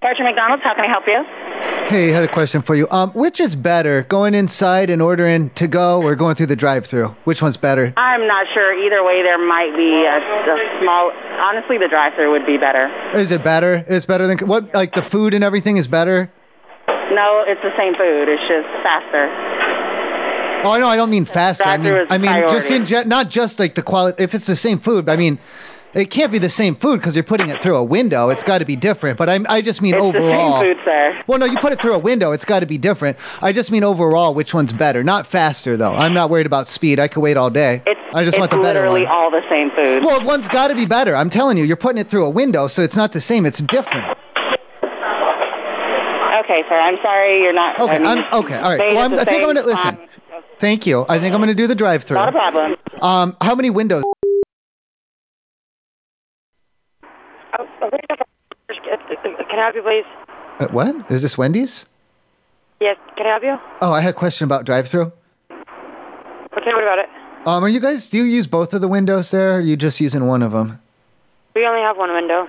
Sergeant McDonald's, how can I help you? Hey, I had a question for you. Um, which is better, going inside and ordering to go, or going through the drive-through? Which one's better? I'm not sure. Either way, there might be a, a small. Honestly, the drive-through would be better. Is it better? It's better than what? Like the food and everything is better. No, it's the same food. It's just faster. Oh no, I don't mean faster. I mean, drive-through is I mean just priority. in gen- not just like the quality. If it's the same food, I mean, it can't be the same food because you're putting it through a window. It's got to be different. But I, I just mean It's overall. the same food, sir. Well, no, you put it through a window. It's got to be different. I just mean overall, which one's better? Not faster though. I'm not worried about speed. I could wait all day. It's, I just it's want the better literally one. all the same food. Well, one's got to be better. I'm telling you, you're putting it through a window, so it's not the same. It's different. okay, sir. I'm sorry you're not. Okay, I mean, I'm okay. All right. they Well, did the I'm, I think I'm same um, gonna listen. time. Thank you. I think I'm gonna do the drive-through. Not a problem. Um, how many windows? Can I help you, please? Uh, what? Is this Wendy's? Yes, can I help you? Oh, I had a question about drive-through. Okay, what about it? Um, are you guys do you use both of the windows there? Or are you just using one of them? We only have one window.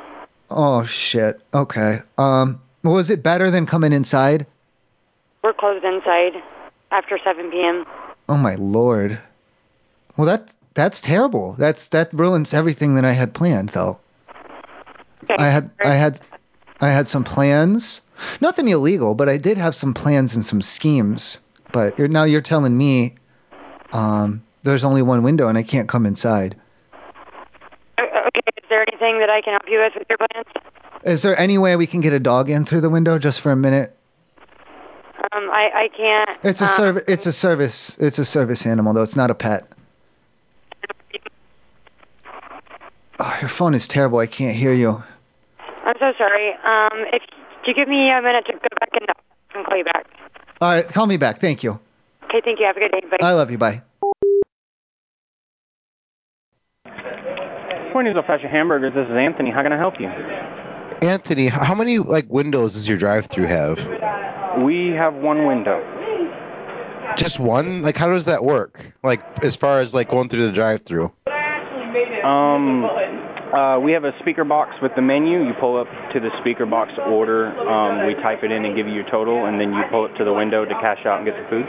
Oh shit. Okay. Um, was it better than coming inside? We're closed inside after 7 p.m. Oh my lord. Well, that that's terrible. That's that ruins everything that I had planned, though. I had I had I had some plans. Nothing illegal, but I did have some plans and some schemes. But you're, now you're telling me um, there's only one window and I can't come inside. O- Okay, is there anything that I can help you with with your plans? Is there any way we can get a dog in through the window just for a minute? Um, I, I can't. It's a um, serv- It's a service. It's a service animal, though. It's not a pet. Oh, your phone is terrible. I can't hear you. I'm so sorry. Um, if you give me a minute to go back and I can call you back. All right, call me back. Thank you. Okay, thank you. Have a good day. Bye. I love you. Bye. Corny's of Fresh Hamburgers. This is Anthony. How can I help you? Anthony, h- how many like windows does your drive-through have? We have one window. Just one? Like how does that work? Like as far as like going through the drive-through? Um, uh, we have a speaker box with the menu. You pull up to the speaker box, order. Um, we type it in and give you your total, and then you pull up to the window to cash out and get the food.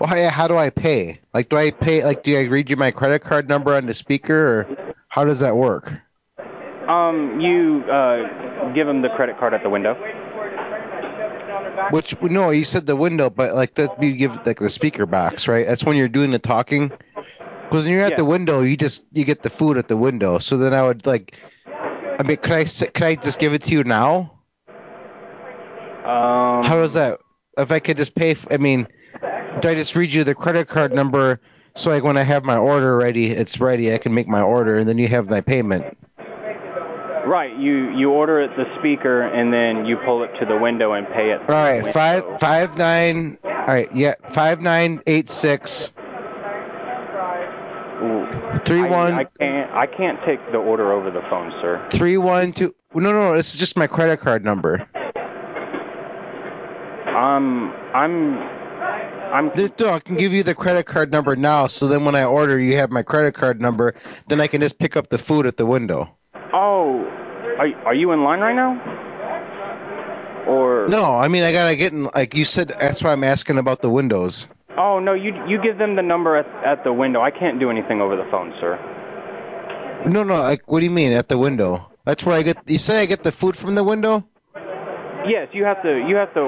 Well, how, how do I pay? Like do I pay? Like do I read you my credit card number on the speaker, or how does that work? Um, you uh, give them the credit card at the window. Which no, you said the window, but like that you give like the speaker box, right? That's when you're doing the talking. Because when you're at Yeah. the window, you just you get the food at the window. So then I would like, I mean, could I s- could I just give it to you now? Um, How does that? If I could just pay, f- I mean, do I just read you the credit card number so like when I have my order ready, it's ready. I can make my order, and then you have my payment. Right. You you order at the speaker, and then you pull up to the window and pay it. All right, five five nine. All right, yeah, five nine eight six three I, one. I can't I can't take the order over the phone, sir. Three one two. No, no, no. This is just my credit card number. Um, I'm I'm This, no, I can give you the credit card number now. So then when I order, you have my credit card number. Then I can just pick up the food at the window. Oh, are are you in line right now? Or No, I mean I gotta get in. Like you said, that's why I'm asking about the windows. oh no, you you give them the number at at the window. I can't do anything over the phone, sir. No, no. Like what do you mean at the window? That's where I get. You say I get the food from the window? Yes, you have to you have to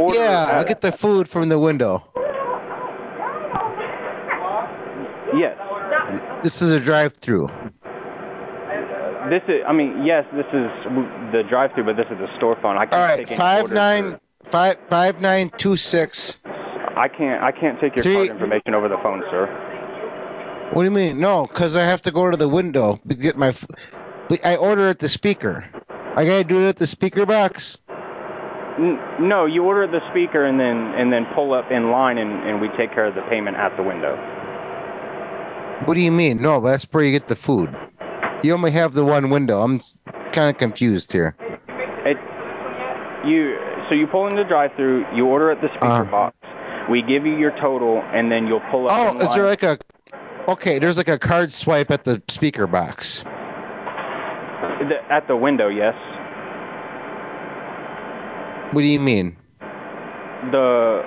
order. Yeah, I at- get the food from the window. Yes, This is a drive-through. this is I mean yes, this is w- the drive-through, but this is the store phone. I can't All right, take any five orders, nine five five nine two six. sir. I can't I can't take your Three- card information over the phone, sir. What do you mean? No, 'cause I have to go to the window to get my. f- but I order at the speaker. I gotta do it at the speaker box. N- no, you order the speaker and then and then pull up in line and and we take care of the payment at the window. What do you mean? No, but that's where you get the food. You only have the one window. I'm kind of confused here. It, you so you pull in the drive-through, you order at the speaker Uh. box. We give you your total, and then you'll pull up. Oh, in is there line. like a? Okay, there's like a card swipe at the speaker box. The- at the window? Yes. What do you mean? the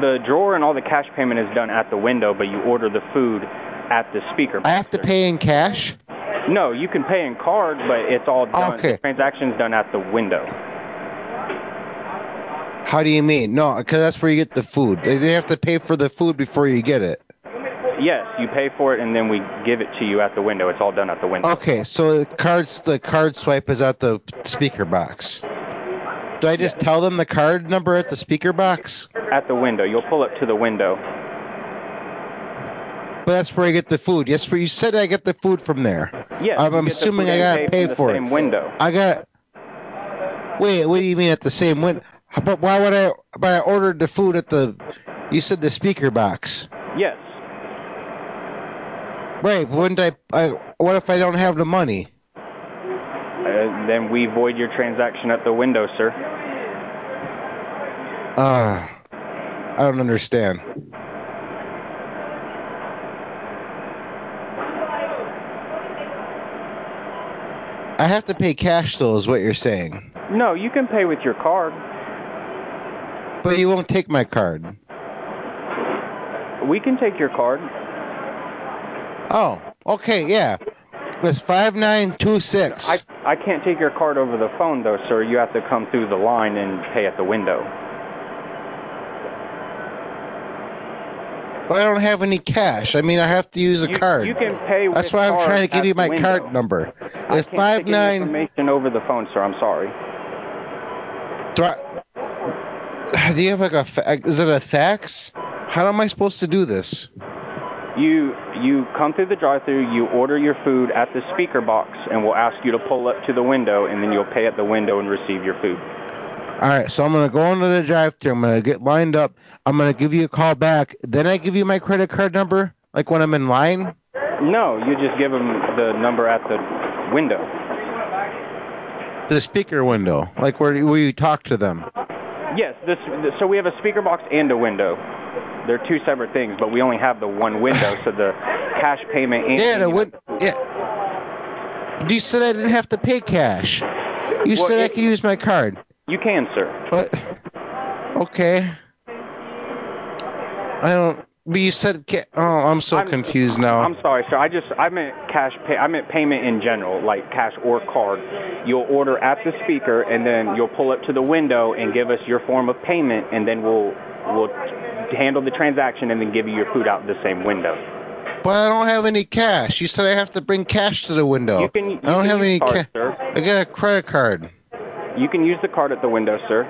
the drawer and all the cash payment is done at the window, but you order the food at the speaker. I have to pay in cash? No, you can pay in card, but it's all done. Okay. The transaction's done at the window. How do you mean? No, because that's where you get the food. They they have to pay for the food before you get it. Yes, you pay for it and then we give it to you at the window. It's all done at the window. Okay, so the cards the card swipe is at the speaker box. Do I just tell them the card number at the speaker box? At the window. You'll pull up to the window. But that's where I get the food. Yes, where you said I get the food from there. Yes. I'm you get the assuming food I and gotta pay, pay from the for it. same window. I got. Wait, what do you mean at the same window? But why would I? But I ordered the food at the. You said the speaker box. Yes. Right? Wouldn't I? I what if I don't have the money? Uh, then we void your transaction at the window, sir. Uh, I don't understand. I have to pay cash though, is what you're saying. No, you can pay with your card. But you won't take my card. We can take your card. Oh, okay, yeah. It's five nine two six. I I can't take your card over the phone though, sir. You have to come through the line and pay at the window. But I don't have any cash. I mean, I have to use a You, card. you can pay with That's why I'm card trying to at give you the my window. card number. I It's can't take five any nine. information over the phone, sir. I'm sorry. Do, I- do you have like a? Fa- is it a fax? How am I supposed to do this? You you come through the drive-through, you order your food at the speaker box, and we'll ask you to pull up to the window, and then you'll pay at the window and receive your food. All right, so I'm gonna go into the drive-through. I'm gonna get lined up. I'm gonna give you a call back. Then I give you my credit card number, like when I'm in line. No, you just give them the number at the window. The speaker window, like where you- where you talk to them. Yes, this so we have a speaker box and a window. They're two separate things, but we only have the one window, so the cash payment and Yeah, the payment- win- yeah. You said I didn't have to pay cash. You Well, said I it- could use my card. You can, sir. But okay. I don't. But you said. Ca- oh, I'm so I'm- confused now. I'm sorry, sir. I just I meant cash pay. I meant payment in general, like cash or card. You'll order at the speaker, and then you'll pull up to the window and give us your form of payment, and then we'll we'll handle the transaction and then give you your food out the same window. but I don't have any cash. You said I have to bring cash to the window. You can. You I don't can have use any card, cash. sir. I got a credit card. You can use the card at the window, sir.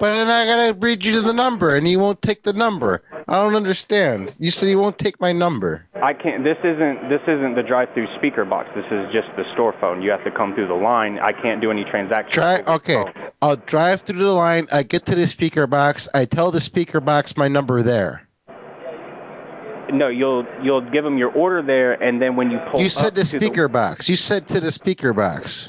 But then I gotta read you the number, and you won't take the number. I don't understand. You said you won't take my number. I can't. This isn't. This isn't the drive-through speaker box. This is just the store phone. You have to come through the line. I can't do any transactions. Try. over the Okay. phone. I'll drive through the line. I get to the speaker box. I tell the speaker box my number there. No, you'll you'll give them your order there, and then when you pull. You up said the to speaker box. You said to the speaker box.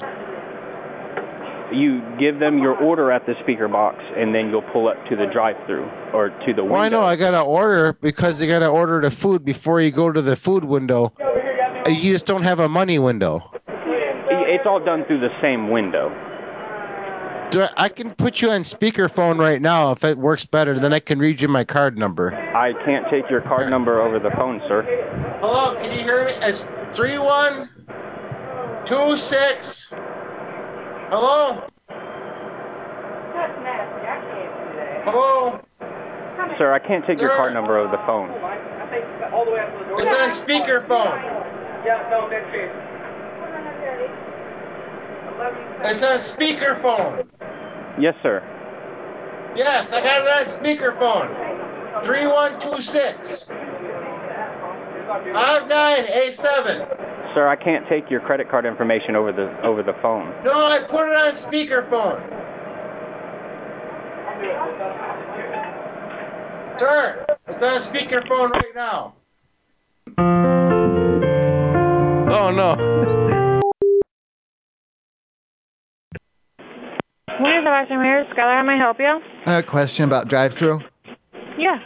you give them your order at the speaker box, and then you'll pull up to the drive-through or to the window. Well, I know I gotta order because you gotta order the food before you go to the food window. Uh, You just don't have a money window. It's all done through the same window. Do I, I can put you on speakerphone right now if it works better. Then I can read you my card number. I can't take your card number over the phone, sir. Hello, can you hear me? It's three one two six. Hello. Hello. Sir, I can't take your Sir. card number over the phone. It's on speakerphone. It's on speakerphone. Yes, sir. Yes, I got it on speakerphone. 3126. 5987. Sir, I can't take your credit card information over the over the phone. No, I put it on speakerphone. Sir, it's on speakerphone right now. Oh, no. One is Sebastian here. Skylar, how may I help you? I have a question about drive-through. Yeah.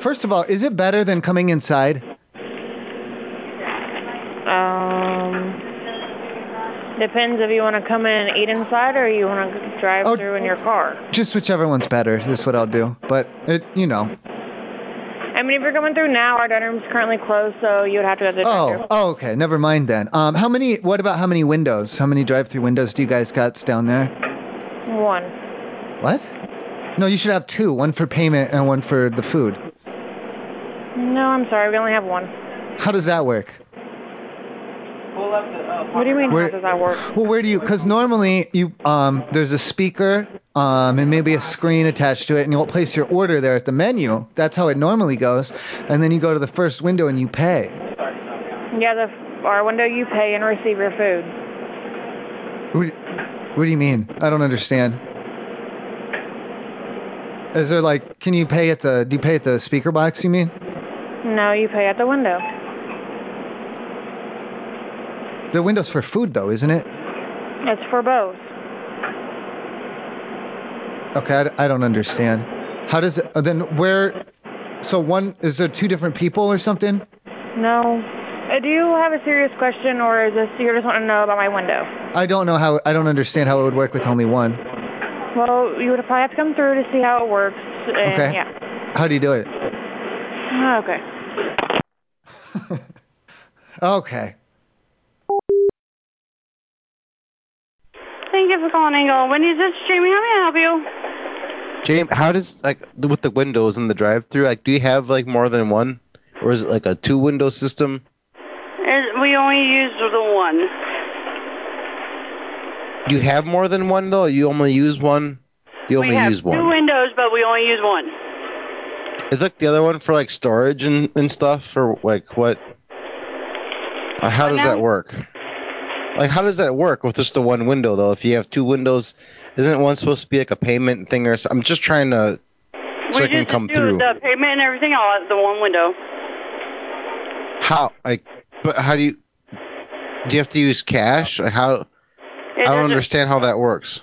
First of all, is it better than coming inside? Um. Depends if you want to come in and eat inside or you want to drive Oh. through in your car. Just whichever one's better is what I'll do. But it, you know. I mean, if you're coming through now, our dining room's currently closed, so you would have to go to the drive-thru. Oh, oh, okay. Never mind then. Um, how many? What about how many windows? How many drive-through windows do you guys got down there? One. What? No, you should have two. One for payment and one for the food. No, I'm sorry, we only have one. How does that work? What do you mean? Where- how does that work? Well, where do you? Because normally you um there's a speaker um and maybe a screen attached to it, and you'll place your order there at the menu. That's how it normally goes. And then you go to the first window and you pay. Yeah, the our window you pay and receive your food. What, what do you mean? I don't understand. Is there like, can you pay at the? Do you pay at the speaker box? You mean? No, you pay at the window. The window's for food though, isn't it? It's for both. Okay, I d- I, don't understand. How does it? uh, Then where? So one is there two different people or something? No. Uh, do you have a serious question, or is this you just want to know about my window? I don't know how. I don't understand how it would work with only one. Well, you would probably have to come through to see how it works. And, Okay. Yeah. How do you do it? Oh, Ah, Okay. Okay. Thank you for calling Angle. Wendy's this streaming. How may I help you? James, how does like with the windows in the drive-through? Like, do you have like more than one, or is it like a two-window system? Is- We only used the one. You have more than one though. You only use one. You only we have use two one. windows, but we only use one. Is like the other one for like storage and, and stuff, or like what? Uh, how does that work? Like how does that work with just the one window though? If you have two windows, isn't one supposed to be like a payment thing or something? I'm just trying to so we I can just come do through. the payment and everything all at the one window. How like, but how do you? Do you have to use cash? Like how? It I don't doesn't- understand how that works.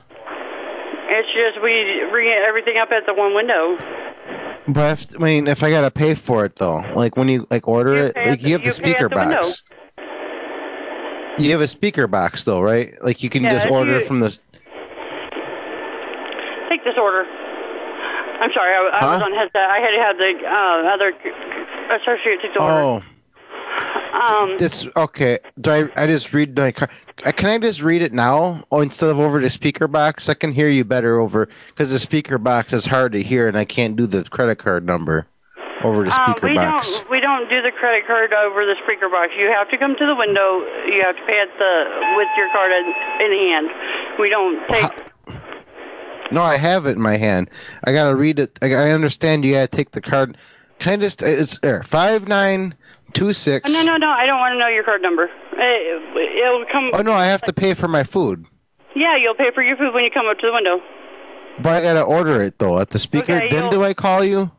It's just we bring everything up at the one window. But I, have to- I mean, if I gotta pay for it though, like when you like order it, pay at like you the- have the you pay at speaker the window. box. You have a speaker box though, right? Like you can Yeah, just if order you- from this. Take this order. I'm sorry, I, I was Huh? on headset. I had had the uh, other associate take the order. Oh, Um, it's okay. Do I? I just read my car. I- Can I just read it now? Oh, instead of over the speaker box, I can hear you better over because the speaker box is hard to hear, and I can't do the credit card number over the uh, speaker we box. don't we don't do the credit card over the speaker box. You have to come to the window. You have to pay at the with your card in, in hand. We don't take. No, I have it in my hand. I gotta read it. I, I understand you gotta take the card. Can I just? It's there. Five nine two six. Oh, No, no, no. I don't want to know your card number. It, it'll come. Oh no, I have to pay for my food. Yeah, you'll pay for your food when you come up to the window. But I gotta order it though at the speaker. Okay, then you'll- do I call you?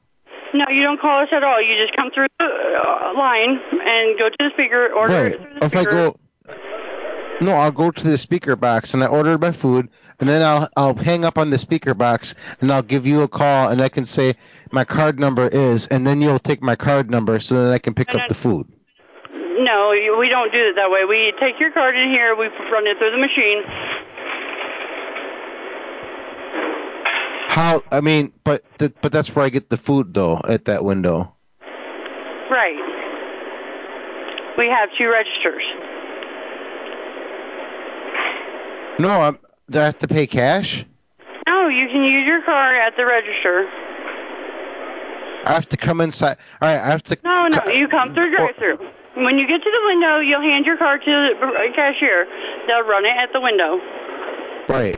No, you don't call us at all. You just come through the uh, line and go to the speaker, order right. it through the If I speaker. go. No, I'll go to the speaker box and I order my food, and then I'll I'll hang up on the speaker box and I'll give you a call and I can say my card number is, and then you'll take my card number so that I can pick No, up no. the food. No, you- we don't do it that way. We take your card in here, we run it through the machine. How? I mean, but th- but that's where I get the food though at that window. Right. We have two registers. No, I'm, do I have to pay cash? No, you can use your card at the register. I have to come inside. All right, I have to. No, no, you come through Or- drive-through. When you get to the window, you'll hand your card to the cashier. They'll run it at the window. Wait,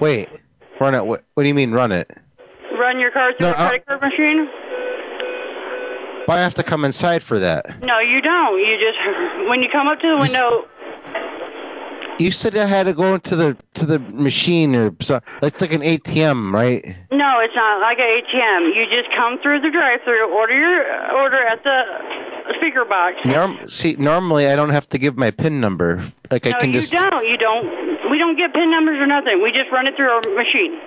wait, run it. What, what do you mean run it? Run your card through No, the I- credit card machine. But I have to come inside for that. No, you don't. You just when you come up to the Just- window, You said I had to go into the to the machine or so. It's like an ATM, right? no, it's not like an ATM. You just come through the drive-through, order your order at the speaker box. Norm, see, normally I don't have to give my PIN number. Like no, I can you just. don't. You don't. We don't get pin numbers or nothing. We just run it through our machine.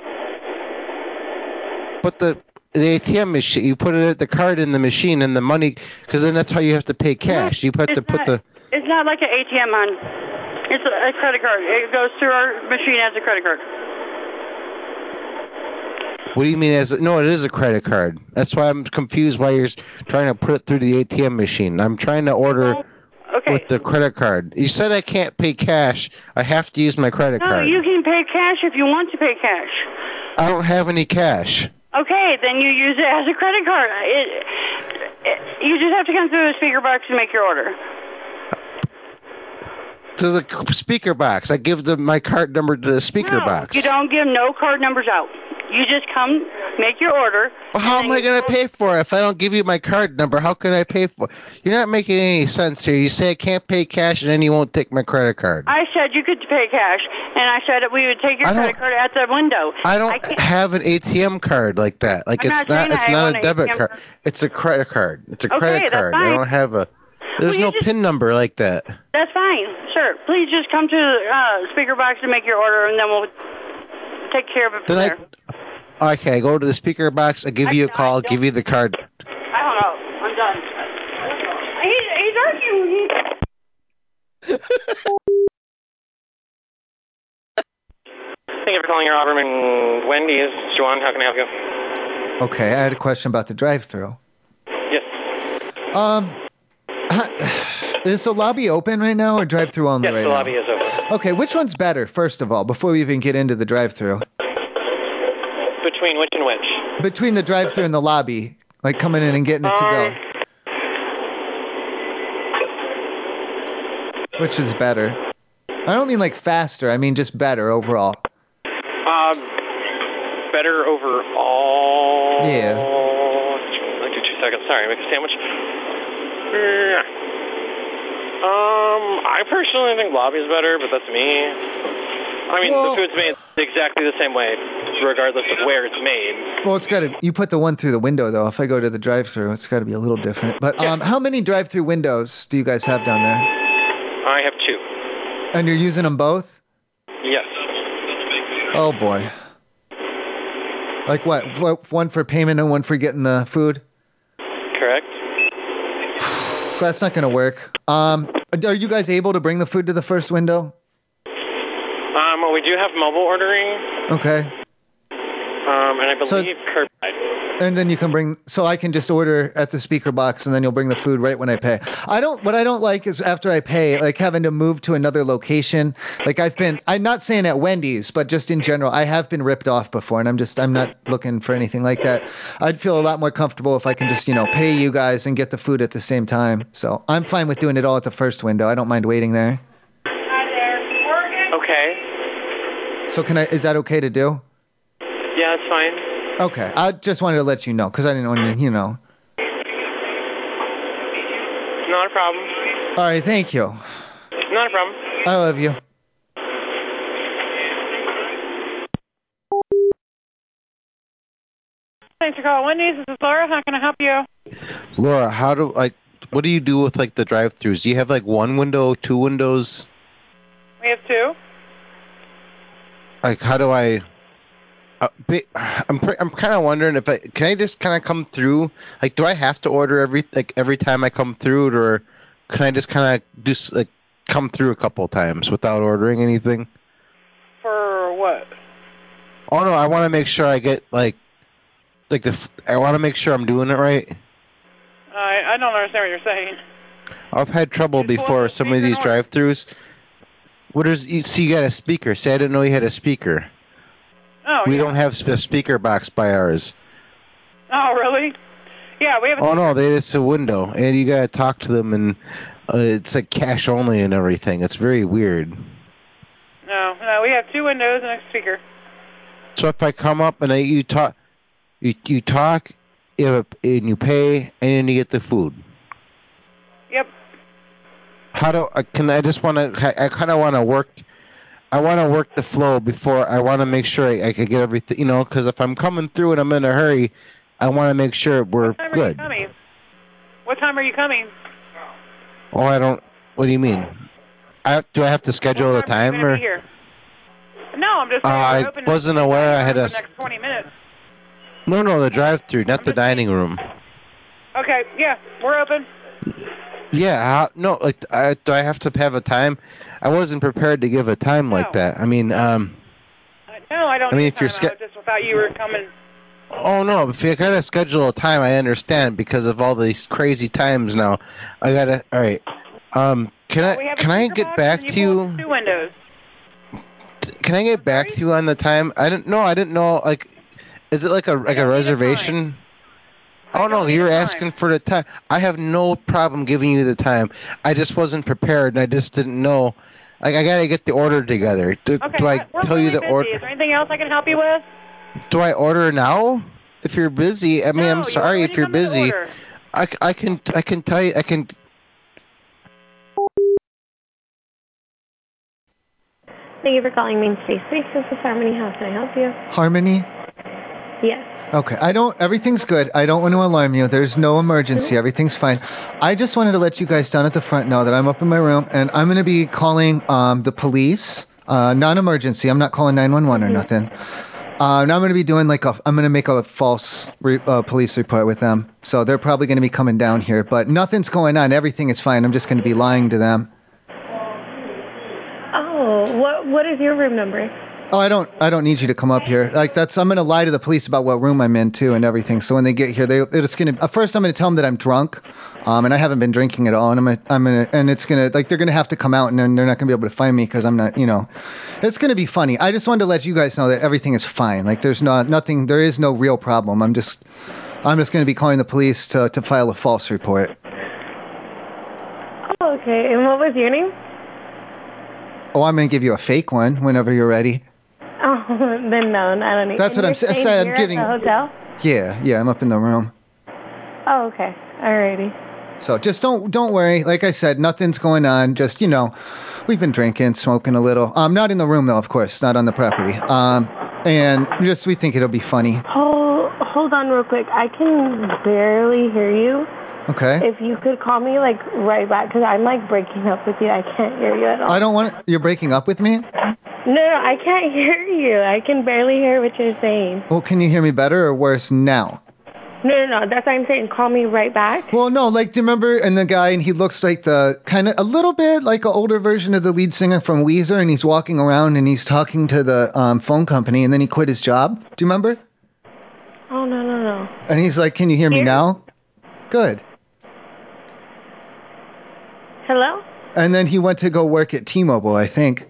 But the the ATM machine, you put it, the card in the machine and the money, because then that's how you have to pay cash. You have It's to put not- the. It's not like an ATM, hon. It's a, a credit card. It goes through our machine as a credit card. What do you mean? As no, it is a credit card. That's why I'm confused. Why you're s- trying to put it through the ATM machine? I'm trying to order Oh, Okay. with the credit card. You said I can't pay cash. I have to use my credit No, card. you can pay cash if you want to pay cash. I don't have any cash. Okay, then you use it as a credit card. It, it, you just have to come through the speaker box and make your order. To the c- speaker box, I give the my card number to the speaker no, box. You don't give no card numbers out. You just come, make your order. Well, how am I gonna pay for it if I don't give you my card number? How can I pay for? it? You're not making any sense here. You say I can't pay cash, and then you won't take my credit card. I said you could pay cash, and I said that we would take your I don't- credit card at the window. I don't have an ATM card like that. Like I'm it's not saying it's I not want a an debit ATM card. It's a credit card. It's a Okay, credit that's card. I fine. don't have a. There's you no just- pin number like that. That's fine, sir. Please just come to the uh, speaker box and make your order, and then we'll take care of it from Then there. I okay. I go to the speaker box. I give you a call. give you the card. I don't know. I'm done. He's, he's arguing. He... Thank you for calling your Auberman Wendy's. Juan, how can I help you? Okay, I had a question about the drive-through. Yes. Um, is the lobby open right now or drive-through only yes, right the now? lobby is open. Okay, which one's better, first of all, before we even get into the drive-through? Between which and which? Between the drive-through and the lobby, like coming in and getting it to go. Which is better? I don't mean like faster. I mean just better overall. Uh, better overall. Yeah. Like two, two seconds. Sorry, make a sandwich. Yeah. Um, I personally think lobby's better, but that's me. I mean, Well- the food's made exactly the same way, regardless of where it's made. Well, it's got to. You put the one through the window though. If I go to the drive-through, it's got to be a little different. But um, how many drive-through windows do you guys have down there? I have two. And you're using them both? Yes. Oh boy. Like what? What- One for payment and one for getting the food. Correct. That's not gonna work. Um, are you guys able to bring the food to the first window? Um, we do have mobile ordering, Okay. um, and I So- believe curbside. And then you can bring. So I can just order at the speaker box, and then you'll bring the food right when I pay. I don't. What I don't like is after I pay, like having to move to another location. Like I've been. I'm not saying at Wendy's, but just in general, I have been ripped off before, and I'm just. I'm not looking for anything like that. I'd feel a lot more comfortable if I can just, you know, pay you guys and get the food at the same time. So I'm fine with doing it all at the first window. I don't mind waiting there. Okay. So can I? Is that okay to do? Yeah, that's fine. Okay. I just wanted to let you know because I didn't want you, you know. Not a problem. All right. Thank you. Not a problem. I love you. Thanks for calling Wendy's. This is Laura. How can I help you? Laura, how do like what do you do with like the drive-throughs? Do you have like one window, two windows? We have two. Like how do I? Uh, ba- I'm pre- I'm kind of wondering if I can I just kind of come through. Like, do I have to order every like every time I come through, or can I just kind of do s- like come through a couple times without ordering anything? For what? Oh no, I want to make sure I get like like the f- I want to make sure I'm doing it right. I I don't understand what you're saying. I've had trouble before with some of these drive-throughs. What is you see? You got a speaker. Say I didn't know you had a speaker. Oh, we yeah. don't have sp- a speaker box by ours. Oh, really? Yeah, we have a Oh no, they it's a window, and you gotta talk to them, and uh, it's like cash only and everything. It's very weird. No, no, we have two windows and a speaker. So if I come up and I, you talk, you you talk, you have a, and you pay, and then you get the food. Yep. How do I can I just want to? I kind of want to work. I want to work the flow before I want to make sure I, I can get everything. You know, because if I'm coming through and I'm in a hurry, I want to make sure we're What time are you good. coming? What time are you coming? Oh, I don't. What do you mean? I do I have to schedule the I'm time gonna or? be here. No, I'm just Uh, saying we're I open in wasn't aware I had a. the next 20 minutes. No, no, the drive-through, not the dining room. Okay, yeah, we're open. Yeah, how, no, like I, do I have to have a time? I wasn't prepared to give a time like that. I mean, um, No, I don't. I mean, need if you're time. I sca- was just thought you were coming. oh no, if you gotta schedule a time, I understand because of all these crazy times now. I gotta. All right. Um, can we I have a can I speaker get box back and to pull up you? the Two windows. Can I get back to you on the time? I didn't know. I didn't know. Like, is it like a like a reservation? Oh no, you're asking for the time. I have no problem giving you the time. I just wasn't prepared, and I just didn't know. Like, I gotta get the order together. Do, Okay, do I we're tell really you the busy. order? Is there anything else I can help you with? Do I order now? If you're busy, I mean, I'm sorry if you're busy. I, c- I can I can tell you I can. Thank you for calling Main Space Space. This is Harmony. How can I help you? Harmony. Yes. Okay, I don't. Everything's good. I don't want to alarm you. There's no emergency. Everything's fine. I just wanted to let you guys down at the front know that I'm up in my room and I'm gonna be calling um, the police. Uh, non-emergency. I'm not calling 911 or nothing. Uh, and I'm gonna be doing like a. I'm gonna make a false re, uh, police report with them. So they're probably gonna be coming down here, but nothing's going on. Everything is fine. I'm just gonna be lying to them. Oh, what what is your room number? Oh, I don't. I don't need you to come up here. Like that's. I'm gonna lie to the police about what room I'm in too and everything. So when they get here, they it's gonna. At first, I'm gonna tell them that I'm drunk, um, and I haven't been drinking at all. And I'm gonna. I'm gonna. And it's gonna. Like they're gonna have to come out, and then they're not gonna be able to find me because I'm not. You know, it's gonna be funny. I just wanted to let you guys know that everything is fine. Like there's not nothing. There is no real problem. I'm just. I'm just gonna be calling the police to to file a false report. Oh, okay. And what was your name? Oh, I'm gonna give you a fake one whenever you're ready. Oh, then no, I don't need. That's and what I'm you're sa- staying saying, I'm here giving- At the hotel. Yeah. Yeah. I'm up in the room. Oh, okay. Alrighty. So just don't don't worry. Like I said, nothing's going on. Just you know, we've been drinking, smoking a little. Um, not in the room though, of course, not on the property. Um, and just we think it'll be funny. Hold hold on real quick. I can barely hear you. Okay. If you could call me like right back, cause I'm like breaking up with you. I can't hear you at all. I don't want you're breaking up with me. No, no, I can't hear you. I can barely hear what you're saying. Well, can you hear me better or worse now? No, no, no. That's what I'm saying. Call me right back. Well, no, like do you remember? And the guy, and he looks like the kind of a little bit like an older version of the lead singer from Weezer, and he's walking around and he's talking to the um, phone company, and then he quit his job. Do you remember? Oh no, no, no. And he's like, "Can you hear me now?" Good. Hello? And then he went to go work at T-Mobile, I think.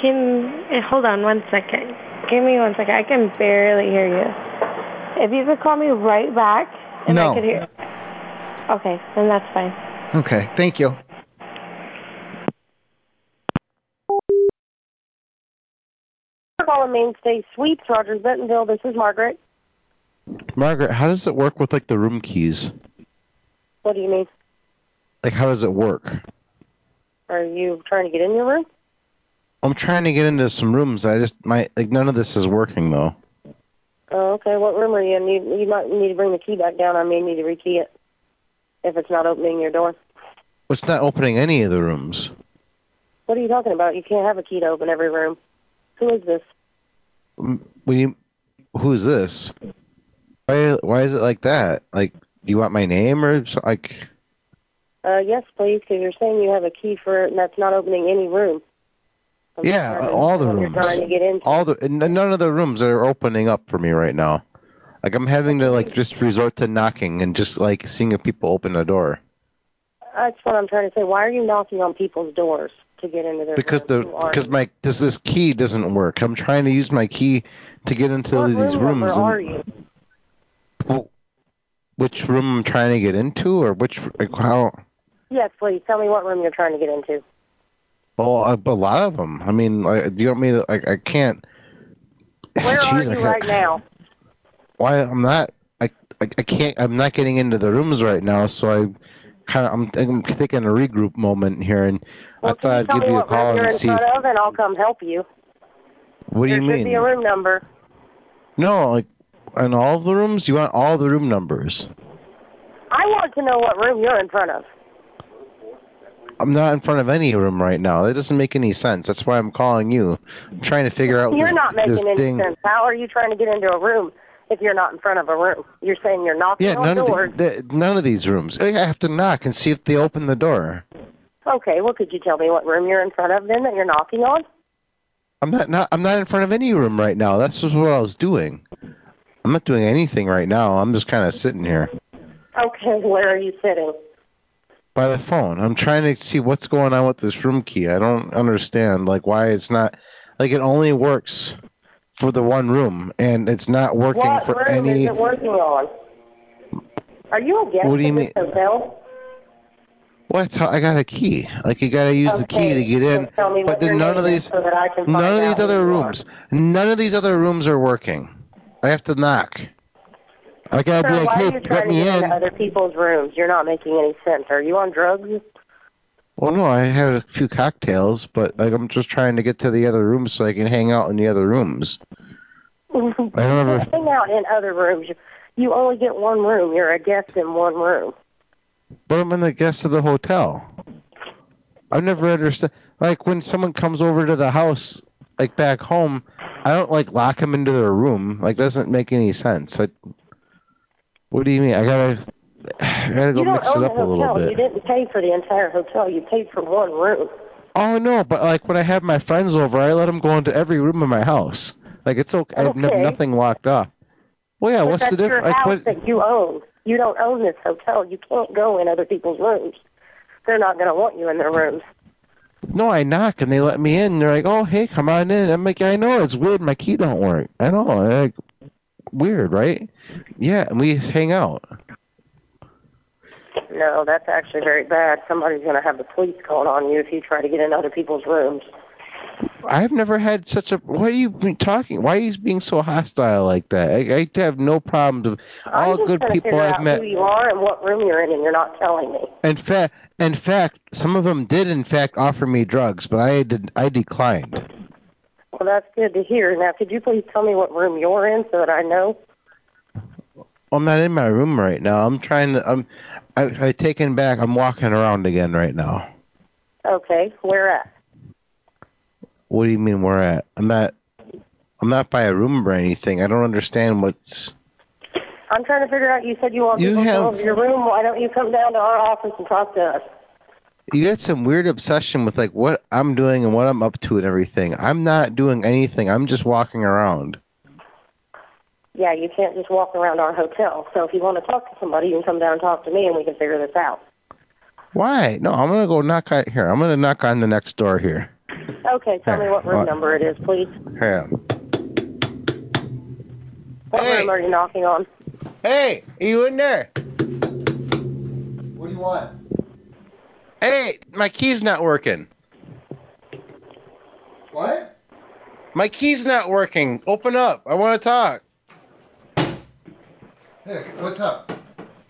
Can eh, hold on one second. Give me one second. I can barely hear you. If you could call me right back, and No. I could hear. Okay, then that's fine. Okay, thank you. Call Mainstay Suites, Rogers Bentonville. This is Margaret. Margaret, how does it work with like the room keys? What do you mean? Like, how does it work? Are you trying to get in your room? I'm trying to get into some rooms. I just my like none of this is working though. Oh, okay. What room are you in? You, you might need to bring the key back down. I may need to rekey it if it's not opening your door. It's not opening any of the rooms. What are you talking about? You can't have a key to open every room. Who is this? M- We, Mm, who is this? Why why is it like that? Like, do you want my name or so, like? Uh, yes, please, because you're saying you have a key for it and that's not opening any room. yeah, all the rooms. trying to get into. All the n- none of the rooms are opening up for me right now. Like I'm having to like just resort to knocking and just like seeing if people open the door That's what I'm trying to say. Why are you knocking on people's doors to get into their because the rooms? Who are because you? my because this key doesn't work. I'm trying to use my key to get into what these room number rooms. and- are you? Well, which room I'm trying to get into, or which like how? Yes, please. Tell me what room you're trying to get into. Oh, a, a lot of them. I mean, like, do you want me to? Like, I can't. Where are Jeez, I you can't- right now? Why I'm not? I, I I can't. I'm not getting into the rooms right now, so I kind of I'm, I'm taking a regroup moment here, and I Can thought tell I'd give me you a what room call you're and in see. front of, and I'll come help you. what do you There should be a mean? room number. No, like in all of the rooms. You want all the room numbers? I want to know what room you're in front of. I'm not in front of any room right now. That doesn't make any sense. That's why I'm calling you. I'm trying to figure out You're this, not making this any thing. sense. How are you trying to get into a room if you're not in front of a room. You're saying you're knocking Yeah, on none of, doors. the, the, none of these rooms. I have to knock and see if they open the door. Okay, well, could you tell me what room you're in front of then that you're knocking on? I'm not, not I'm not in front of any room right now. That's just what I was doing. I'm not doing anything right now. I'm just kind of sitting here Okay, where are you sitting? by the phone. I'm trying to see what's going on with this room key. I don't understand like why it's not like it only works for the one room and it's not working what for room any is it working on? Are you a guest What do you at this hotel? What? How- I got a key. Like you gotta use the key to get in. Tell me But what your then none name of is these so that I can find none of out these who other you are. rooms none of these other rooms are working. I have to knock. I gotta Sir, be like, why are hey, you let trying to me get in. into other people's rooms? You're not making any sense. Are you on drugs? Well, no, I had a few cocktails, but like I'm just trying to get to the other rooms so I can hang out in the other rooms. I don't ever. Hang out in other rooms. You only get one room. You're a guest in one room. But I'm in the guest of the hotel. I've never understood. Like when someone comes over to the house, like back home, I don't like lock them into their room. Like doesn't make any sense. I, what do you mean? I gotta, I gotta go you don't mix own it the up a little hotel. bit. You didn't pay for the entire hotel. You paid for one room. Oh no, but like when I have my friends over, I let them go into every room in my house. Like it's okay. I've Okay. n- nothing locked up. Well, yeah. But what's that's the difference? Your Like, house what, that you own. You don't own this hotel. You can't go in other people's rooms. They're not going to want you in their rooms. no, I knock and they let me in. They're like, "Oh, hey, come on in." I'm like, "I know it's weird. My key don't work. I know. Like, weird, right? Yeah." And we hang out. No, that's actually very bad. Somebody's going to have the police called on you if you try to get in other people's rooms. I've never had such a. What are you been talking? Why are you being so hostile like that? I, I have no problems with all I'm just good gonna people figure I've out met. who you are and what room you're in, and you're not telling me. In fact, in fact, some of them did in fact offer me drugs, but I did. I declined. Well, that's good to hear. Now, could you please tell me what room you're in so that I know? I'm not in my room right now. I'm trying to. I'm. I, I taken back. I'm walking around again right now. Okay, where at? What do you mean we're at? I'm not. I'm not by a room or anything. I don't understand what's. I'm trying to figure out. You said you want You people to have- come over to your room. Why don't you come down to our office and talk to us? You got some weird obsession with like what I'm doing and what I'm up to and everything. I'm not doing anything. I'm just walking around. Yeah, you can't just walk around our hotel. So if you want to talk to somebody, you can come down and talk to me, and we can figure this out. Why? No, I'm gonna go knock on here. I'm gonna knock on the next door here. Okay, tell me what room what- number it is, please. Here. What room are you knocking on? Hey, are you in there? What do you want? Hey, my key's not working. What? My key's not working. Open up. I want to talk. Hey, what's up?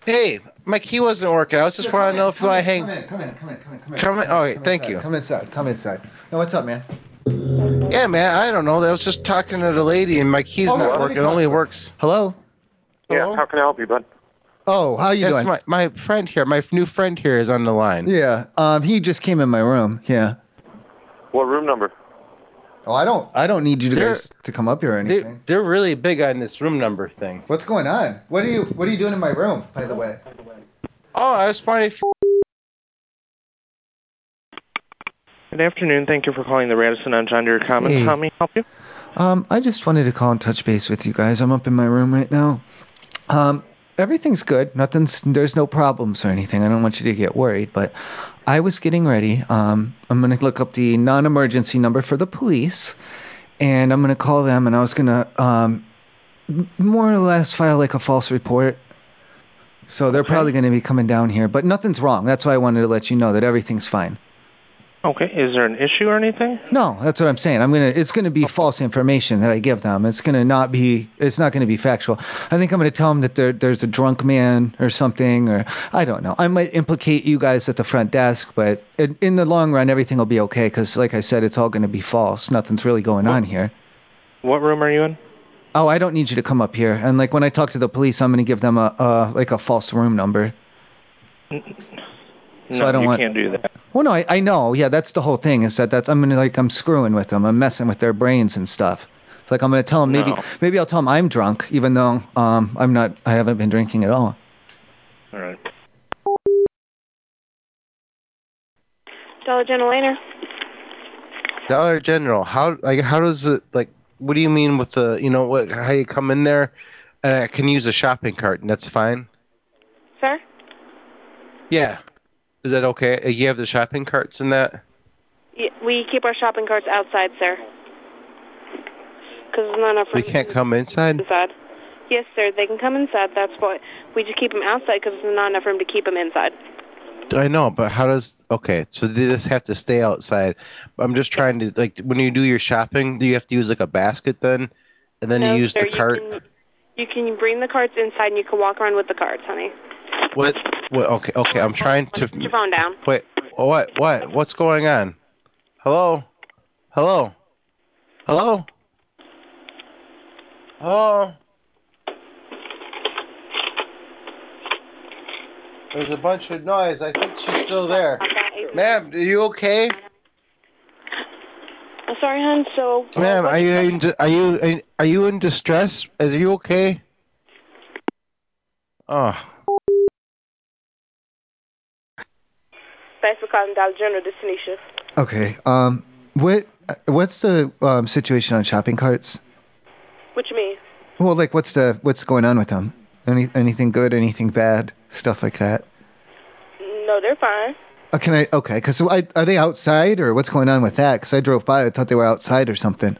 Hey, my key wasn't working. I was just want to know if you want to hang. Come in, come in, come in, come in, come in. Come in. Okay, thank inside, you. Come inside. Come inside. No, what's up, man? Yeah, man. I don't know. I was just talking to the lady, and my key's Oh, let not me working. It talk only to her. works. Hello. Yeah. How can I help you, bud? Oh, how you That's doing? my my friend here. My new friend here is on the line. Yeah. Um, he just came in my room. Yeah. What room number? Oh, I don't. I don't need you to They're- guys to come up here or anything. They're, they're really big on this room number thing. What's going on? What are you What are you doing in my room, by the way? Oh, I was wondering if Good afternoon. Thank you for calling the Radisson on John Deere Commons. Hmm. Hey. How may I help you? Um, I just wanted to call and touch base with you guys. I'm up in my room right now. Um, everything's good. Nothing's there's no problems or anything. I don't want you to get worried, but I was getting ready. Um, I'm gonna look up the non-emergency number for the police, and I'm gonna call them. And I was gonna um, m- more or less file like a false report. So they're probably going to be coming down here, but nothing's wrong. That's why I wanted to let you know that everything's fine. Okay. Is there an issue or anything? No, that's what I'm saying. I'm gonna. It's gonna be false information that I give them. It's gonna not be. It's not gonna be factual. I think I'm gonna tell them that there, there's a drunk man or something, or I don't know. I might implicate you guys at the front desk, but in, in the long run, everything will be okay. Cause like I said, it's all gonna be false. Nothing's really going on here. What room are you in? Oh, I don't need you to come up here. And like when I talk to the police, I'm gonna give them a, a like a false room number. So no, I don't you want- can't do that. Well, no, I, I know. Yeah, that's the whole thing. Is that that's I'm gonna like I'm screwing with them. I'm messing with their brains and stuff. It's like I'm gonna tell him maybe maybe I'll tell him I'm drunk, even though um I'm not I haven't been drinking at all. All right. Dollar General Laner. Dollar General, how like how does it like? What do you mean with the you know what? How you come in there, and I can use a shopping cart and that's fine. Sir? Yeah. Is that okay? Uh, You have the shopping carts and that. Y- We keep our shopping carts outside, sir. Because it's not enough We room can't come inside. inside. Yes, sir. They can come inside. That's why we just keep them outside because there's not enough room to keep them inside. I know, but how does okay? So they just have to stay outside. I'm just trying to like when you do your shopping, do you have to use like a basket then, and then no, you use sir, the cart? You can, you can bring the carts inside and you can walk around with the carts, honey. What? What? Okay, okay. I'm trying to Put your phone down. wait. What? What? What's going on? Hello? Hello? Hello? Hello? There's a bunch of noise. I think she's still there. Ma'am, are you okay? I'm sorry, hon. So Ma'am, are you in, are you are you in distress? Are you okay? Oh, Thanks for calling Dollar General. This is Tanisha. Okay. Um, what what's the um, situation on shopping carts? What you mean? Well, like what's the what's going on with them? Any anything good, anything bad, stuff like that. No, they're fine. Uh, can I? Okay, because so I, are they outside or what's going on with that? Because I drove by, I thought they were outside or something.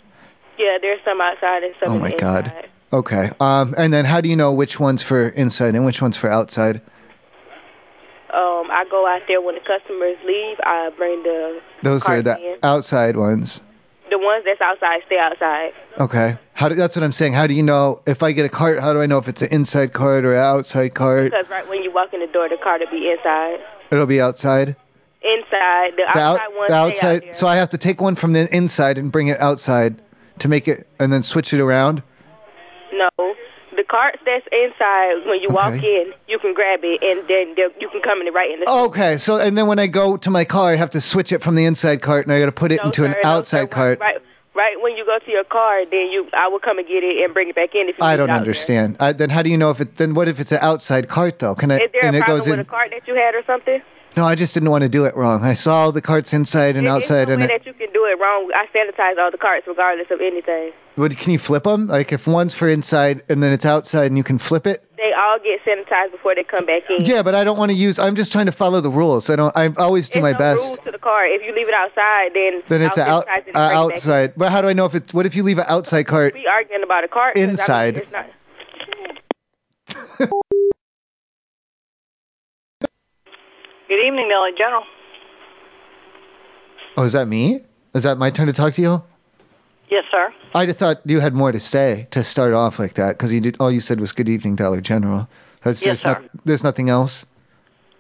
Yeah, there's some outside and some oh in my the god. Okay. Um, and then how do you know which ones for inside and which ones for outside? Um, I go out there when the customers leave. I bring the Those carts are the in. outside ones. The ones that's outside stay outside. Okay. How do, that's what I'm saying. How do you know if I get a cart? How do I know if it's an inside cart or an outside cart? Because right when you walk in the door, the car will be inside. It'll be outside. Inside the The out- outside ones the stay out outside. there. so I have to take one from the inside and bring it outside to make it, and then switch it around. No, the carts that's inside when you walk Okay. in, you can grab it and then they'll- you can come in right in the. Okay. So and then when I go to my car, I have to switch it from the inside cart and I got to put it into an sir, no, outside cart. Right, right when you go to your car, then you I will come and get it and bring it back in if you. I leave it don't out there. understand. I, then how do you know if it? Then what if it's an outside cart though? Can I? Is there and a it problem goes with in. a cart that you had or something? No, I just didn't want to do it wrong. I saw all the carts inside and There's outside, no and way it, that you can do it wrong. I sanitize all the carts regardless of anything. Would can you flip them? Like if one's for inside and then it's outside and you can flip it? They all get sanitized before they come back in. Yeah, but I don't want to use. I'm just trying to follow the rules. I don't. I always do my best. Rules to the car. If you leave it outside, then Then it's I'll out, sanitize it and uh, bring it back outside. But how do I know if it's? What if you leave an outside in. cart? We arguing about a cart 'cause I mean, Inside. it's not- Good evening, Dollar General. Oh, is that me? Is that my turn to talk to you? Yes, sir. I just thought you had more to say to start off like that because you did. All you said was "Good evening, Dollar General." That's, Yes, there's, not- sir. there's nothing else.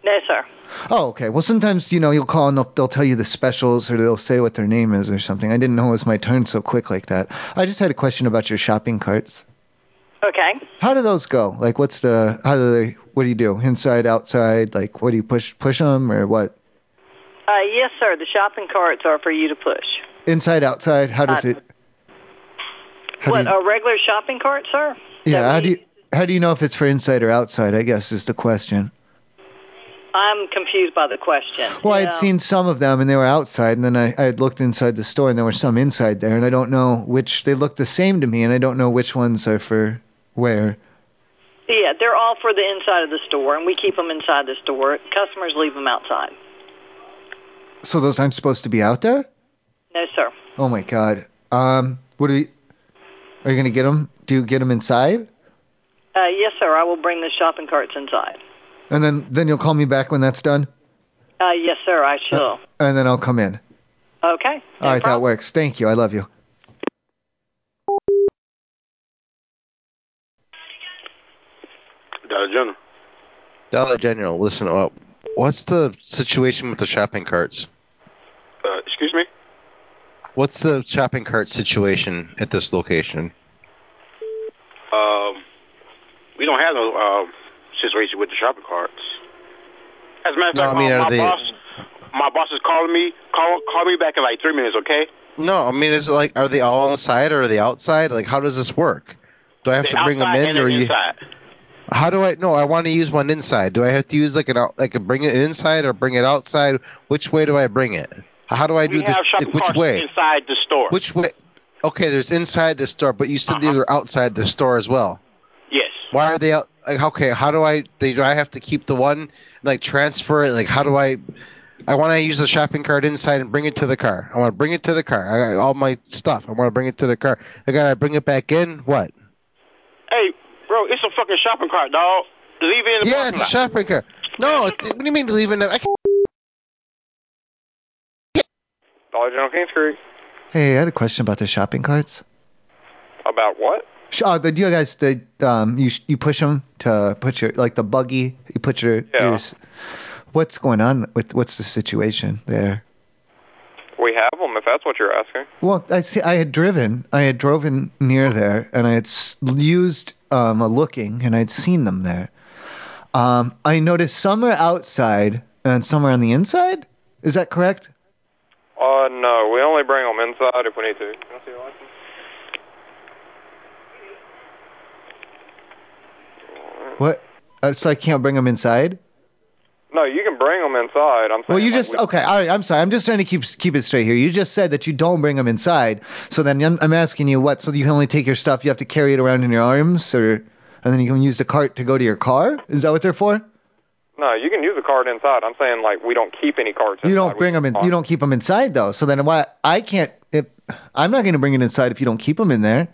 No, sir. Oh, okay. Well, sometimes you know you'll call and they'll, they'll tell you the specials or they'll say what their name is or something. I didn't know it was my turn so quick like that. I just had a question about your shopping carts. Okay. How do those go? Like, what's the how do they? What do you do? Inside, outside? Like, what do you push push them or what? Uh, yes, sir. The shopping carts are for you to push. Inside, outside? How does it? Uh, How what, do you, a regular shopping cart, sir? yeah. How do you how do you know if it's for inside or outside? I guess is the question. I'm confused by the question. Well, I had seen some of them and they were outside, and then I, I had looked inside the store and there were some inside there, and I don't know which they looked the same to me, and I don't know which ones are for where. Yeah, they're all for the inside of the store, and we keep them inside the store. Customers leave them outside. So those aren't supposed to be out there? No, sir. Oh my god. Um, what are you? Are you gonna get them? Do you get them inside? Uh, yes, sir. I will bring the shopping carts inside. And then then you'll call me back when that's done, Uh, yes, sir. I shall. and then I'll come in. okay. All right, that works. Thank you. I love you. Dollar General. Dollar General, listen up. What's the situation with the shopping carts? Uh, excuse me? What's the shopping cart situation at this location? Um, we don't have no um, situation with the shopping carts. As a matter of No, fact, I mean, my, are my they- boss, my boss is calling me. Call, call me back in like three minutes, okay? No, I mean, is it like are they all on the side or are they outside? Like, how does this work? Do I have The to bring them outside in and or an you? inside. How do I? No, I want to use one inside. Do I have to use like an out, like a bring it inside or bring it outside? Which way do I bring it? How do I do we this? have shopping Which carts way? inside the store. Uh-huh. Which way? Okay, there's inside the store, but you said these are outside the store as well. Yes. Why are they out? Like, okay, how do I? They, do I have to keep the one? Like transfer it? Like how do I? I want to use the shopping cart inside and bring it to the car. I want to bring it to the car. I got all my stuff. I want to bring it to the car. I gotta bring it back in. What? Hey, bro, it's a fucking shopping cart, dog. Leave it in the Yeah, parking it's a lot. shopping cart. uh, No, it's- what do you mean leaving it? I can Dollar General King Creek. Hey, I had a question about the shopping carts. About what? Sh- Uh, the you guys, the um, you sh- you push them to put your like the buggy. You put your Yeah. yours. What's going on with what's the situation there? We have them, if that's what you're asking. Well, I see. I had driven. I had driven near there, and I had s- used um, a looking, and I'd seen them there. Um, I noticed some are outside and some are on the inside. Is that correct? Uh, no, we only bring them inside if we need to. Can I see your license? What? Uh, so I can't bring them inside? No, you can bring them inside. I'm Well, saying, you like, just okay. All right, I'm sorry. I'm just trying to keep keep it straight here. You just said that you don't bring them inside. So then I'm- I'm asking you what? So you can only take your stuff. You have to carry it around in your arms, or and then you can use the cart to go to your car. Is that what they're for? No, you can use a card inside. I'm saying like we don't keep any cards. You don't bring them in. You don't keep them inside though. So then why? I can't. If I'm not going to bring it inside if you don't keep them in there.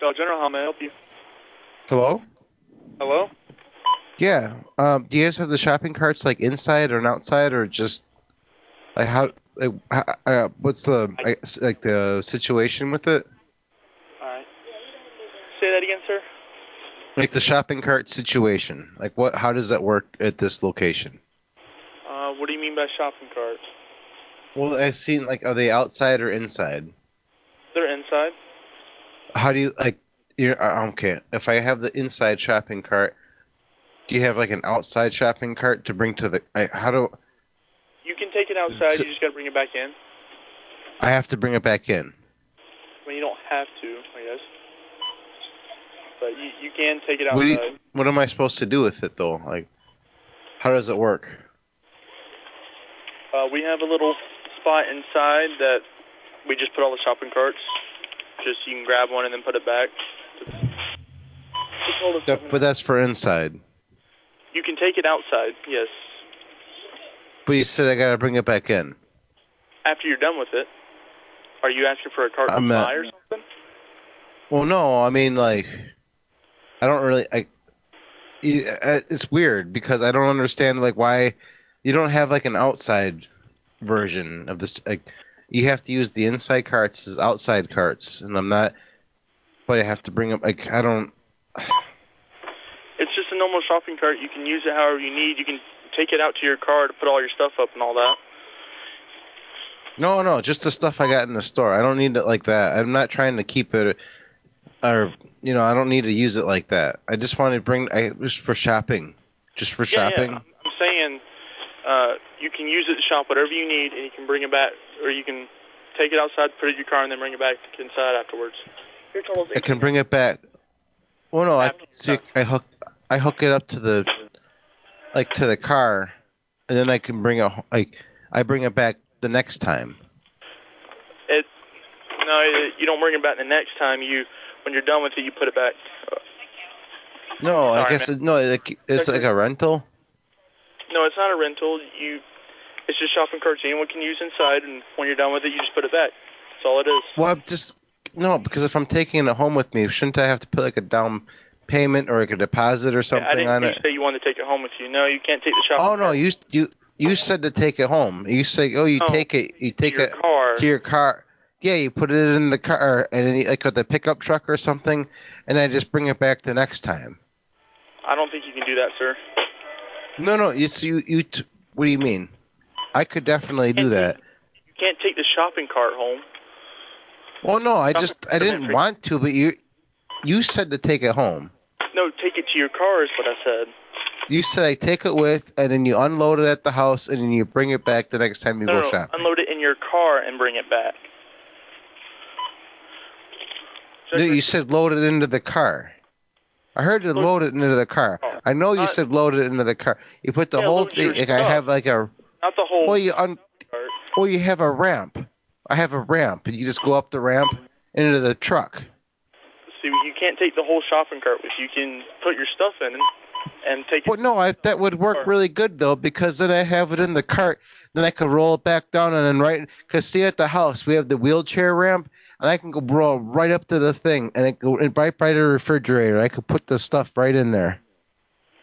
Dollar General, how may I help you? Hello. Hello. Yeah. Um, do you guys have the shopping carts like inside or outside or just like how? Like, how uh, what's the I guess, like the situation with it? All right. Say that again, sir. Like the shopping cart situation. Like what? How does that work at this location? Uh, what do you mean by shopping cart? Well, I've seen like are they outside or inside? They're inside. How do you like? You're uh, okay. If I have the inside shopping cart, do you have like an outside shopping cart to bring to the? I, how do You can take it outside. You just gotta bring it back in. I have to bring it back in? Well, you don't have to, I guess. But you you can take it What, do you- what am I supposed to do with it though? Like, how does it work? Uh, we have a little spot inside that we just put all the shopping carts. Just you can grab one and then put it back. Just hold it. That- but that's for inside. You can take it outside, yes. But you said I gotta bring it back in. After you're done with it, are you asking for a cart I'm to not- buy or something? Well, no, I mean like, I don't really. I, you- I- it's weird because I don't understand like why you don't have like an outside version of this. Like, you have to use the inside carts as outside carts, and I'm not. But I have to bring up like I don't. It's just a normal shopping cart. You can use it however you need. You can take it out to your car to put all your stuff up and all that. No, no, just the stuff I got in the store. I don't need it like that. I'm not trying to keep it, or you know, I don't need to use it like that. I just want to bring. I just for shopping, just for Yeah, yeah, shopping. I'm saying uh, you can use it to shop whatever you need, and you can bring it back, or you can take it outside, put it in your car, and then bring it back inside afterwards. Your total I can bring it back. Well, Oh, no, I see, I hook I hook it up to the like to the car, and then I can bring a like I bring it back the next time. It no, it, you don't bring it back the next time. You when you're done with it, you put it back. No, I guess it, no, like it's like a rental. No, it's not a rental. You it's just shopping carts anyone can use inside, and when you're done with it, you just put it back. That's all it is. Well, I'm just no, because if I'm taking it home with me, shouldn't I have to put like a down payment or like a deposit or I something didn't on hear it? you say you wanted to take it home with you. No, you can't take the shopping. Oh no, you you you said to take it home. You say, oh, you No, take it, you take your it car. to your car. Yeah, you put it in the car and then you- like with the pickup truck or something, and I just bring it back the next time. I don't think you can do that, sir. No, no, it's you you. T- what do you mean? I could definitely do that. You can't take the shopping cart home. Well, no, I just I didn't want to, but you you said to take it home. No, take it to your car is what I said. You say take it with, and then you unload it at the house, and then you bring it back the next time you no, go no, shop. unload it in your car and bring it back. No, you said load it into the car. I heard you load it into the car. Oh. I know Uh, you said load it into the car. You put the whole load your thing. Like I stuff. have like a Not the whole. Well, you un- cart. well, you have a ramp. I have a ramp, and you just go up the ramp into the truck. See, you can't take the whole shopping cart with you. You can put your stuff in and, and take Well, no, I, that would work really good though, because then I have it in the cart. Then I could roll it back down and then right. Cause see at the house we have the wheelchair ramp, and I can go roll right up to the thing, and it go and right by the refrigerator. I could put the stuff right in there,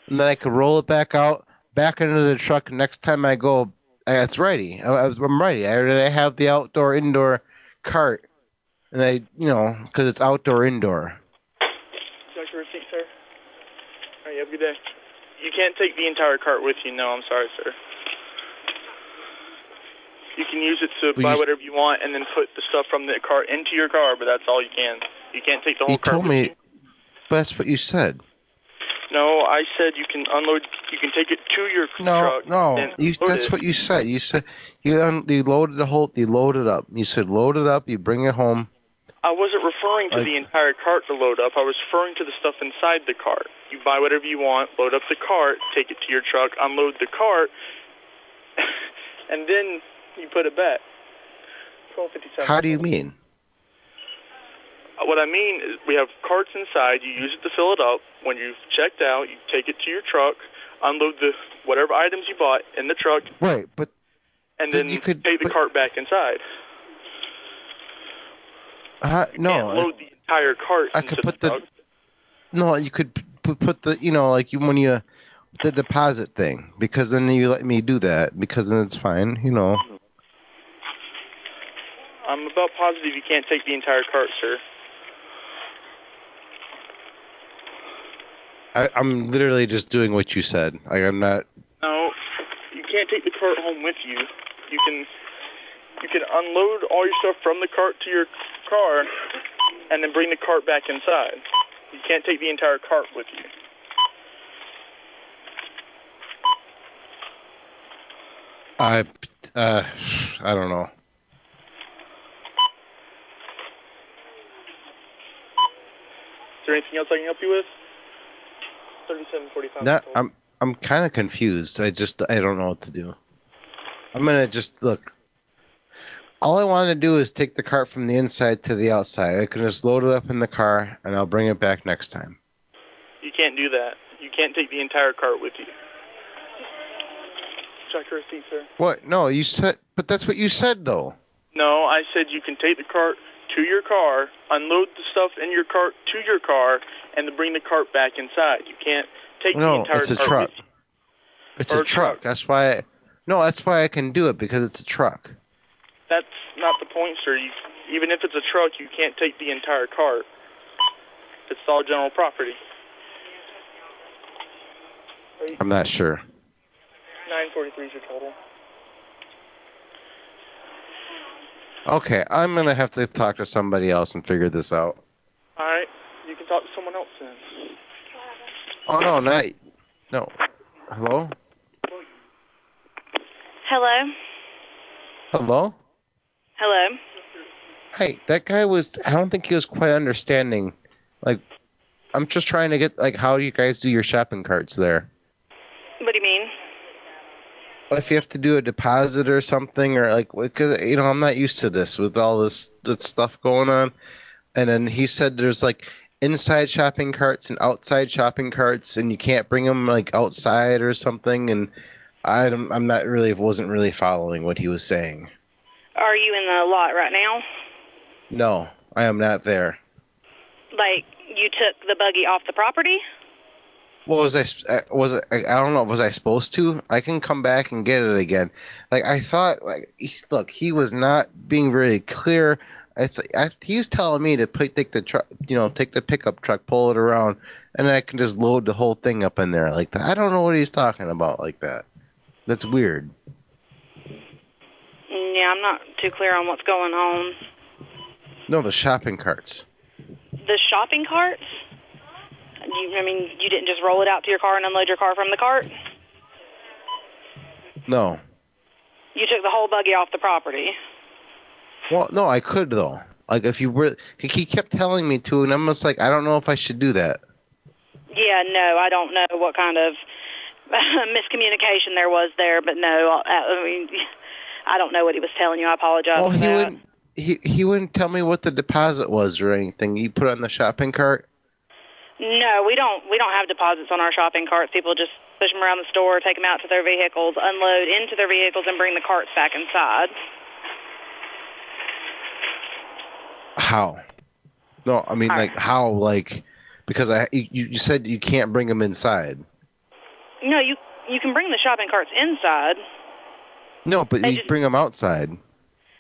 and then I could roll it back out, back into the truck. Next time I go, eh, it's ready. I, I was- I'm ready. I already have the outdoor indoor cart, and I you know because it's outdoor indoor. Check your receipt, sir. All right, you have a good day. You can't take the entire cart with you. No, I'm sorry, sir. You can use it to Well, buy you- whatever you want and then put the stuff from the cart into your car, but that's all you can. You can't take the whole You cart. told me, but that's what you said. No, I said you can unload. You can take it to your No, truck. no. and You, load that's it. what you said. You said you un, you loaded the whole. You loaded up. You said load it up. You bring it home. I wasn't referring to Like- the entire cart to load up. I was referring to the stuff inside the cart. You buy whatever you want, load up the cart, take it to your truck, unload the cart, and then you put it back. Twelve fifty-seven. How do you mean? What I mean is we have carts inside. You use it to fill it up. When you've checked out, you take it to your truck, unload the whatever items you bought in the truck, Right, but and Then then you could- take the but- cart back inside. uh, no. I- Load the entire cart I into could put the the- truck. No, you could p- p- put the you know like you when you the deposit thing because then you let me do that because then it's fine. You know. Mm-hmm. I'm about positive you can't take the entire cart, sir. I, I'm literally just doing what you said. Like I'm not. No, you can't take the cart home with you. You can you can unload all your stuff from the cart to your car and then bring the cart back inside. You can't take the entire cart with you. I uh I don't know. Is there anything else I can help you with? Thirty-seven forty-five. That I'm I'm kind of confused. I just I don't know what to do. I'm gonna just look. All I want to do is take the cart from the inside to the outside. I can just load it up in the car and I'll bring it back next time. You can't do that. You can't take the entire cart with you. Check your receipt, sir. What? No, you said, but that's what you said though. No, I said you can take the cart to your car, unload the stuff in your cart to your car, and then bring the cart back inside. You can't take the No, entire it's a cart truck. with you. It's Or a a truck. That's why. I, no, that's why I can do it because it's a truck. That's not the point, sir. You, even if it's a truck, you can't take the entire cart. It's all general property. I'm not sure. 943 is your total. Okay, I'm gonna have to talk to somebody else and figure this out. All right, you can talk to someone else then. Oh no, not. No. Hello. Hello? Hello. Hello? Hey, that guy was. I don't think he was quite understanding. Like, I'm just trying to get like how you guys do your shopping carts there. What do you mean? If you have to do a deposit or something, or like, because you know, I'm not used to this with all this this stuff going on. And then he said there's like inside shopping carts and outside shopping carts, and you can't bring them like outside or something. And I don't, I'm not really wasn't really following what he was saying. Are you in the lot right now? No, I am not there. Like, you took the buggy off the property? Well, was I sp- I- was I, I don't know was I supposed to? I can come back and get it again. Like I thought, like he, look, he was not being very clear. I, th- I he was telling me to put, take the truck, you know, take the pickup truck, pull it around, and I can just load the whole thing up in there like that. I don't know what he's talking about like that. That's weird. Yeah, I'm not too clear on what's going on. No, the shopping carts. The shopping carts? You, I mean, you didn't just roll it out to your car and unload your car from the cart. No. You took the whole buggy off the property. Well, no, I could though. Like if you were, he kept telling me to, and I'm just like, I don't know if I should do that. Yeah, no, I don't know what kind of miscommunication there was there, but no, I, I mean, I don't know what he was telling you. I apologize. Well, for he that. wouldn't. He he wouldn't tell me what the deposit was or anything. You put it on the shopping cart. No, we don't. We don't have deposits on our shopping carts. People just push them around the store, take them out to their vehicles, unload into their vehicles, and bring the carts back inside. How? No, I mean like how? Like because I you, you said you can't bring them inside. No, you you can bring the shopping carts inside. No, but you bring them outside.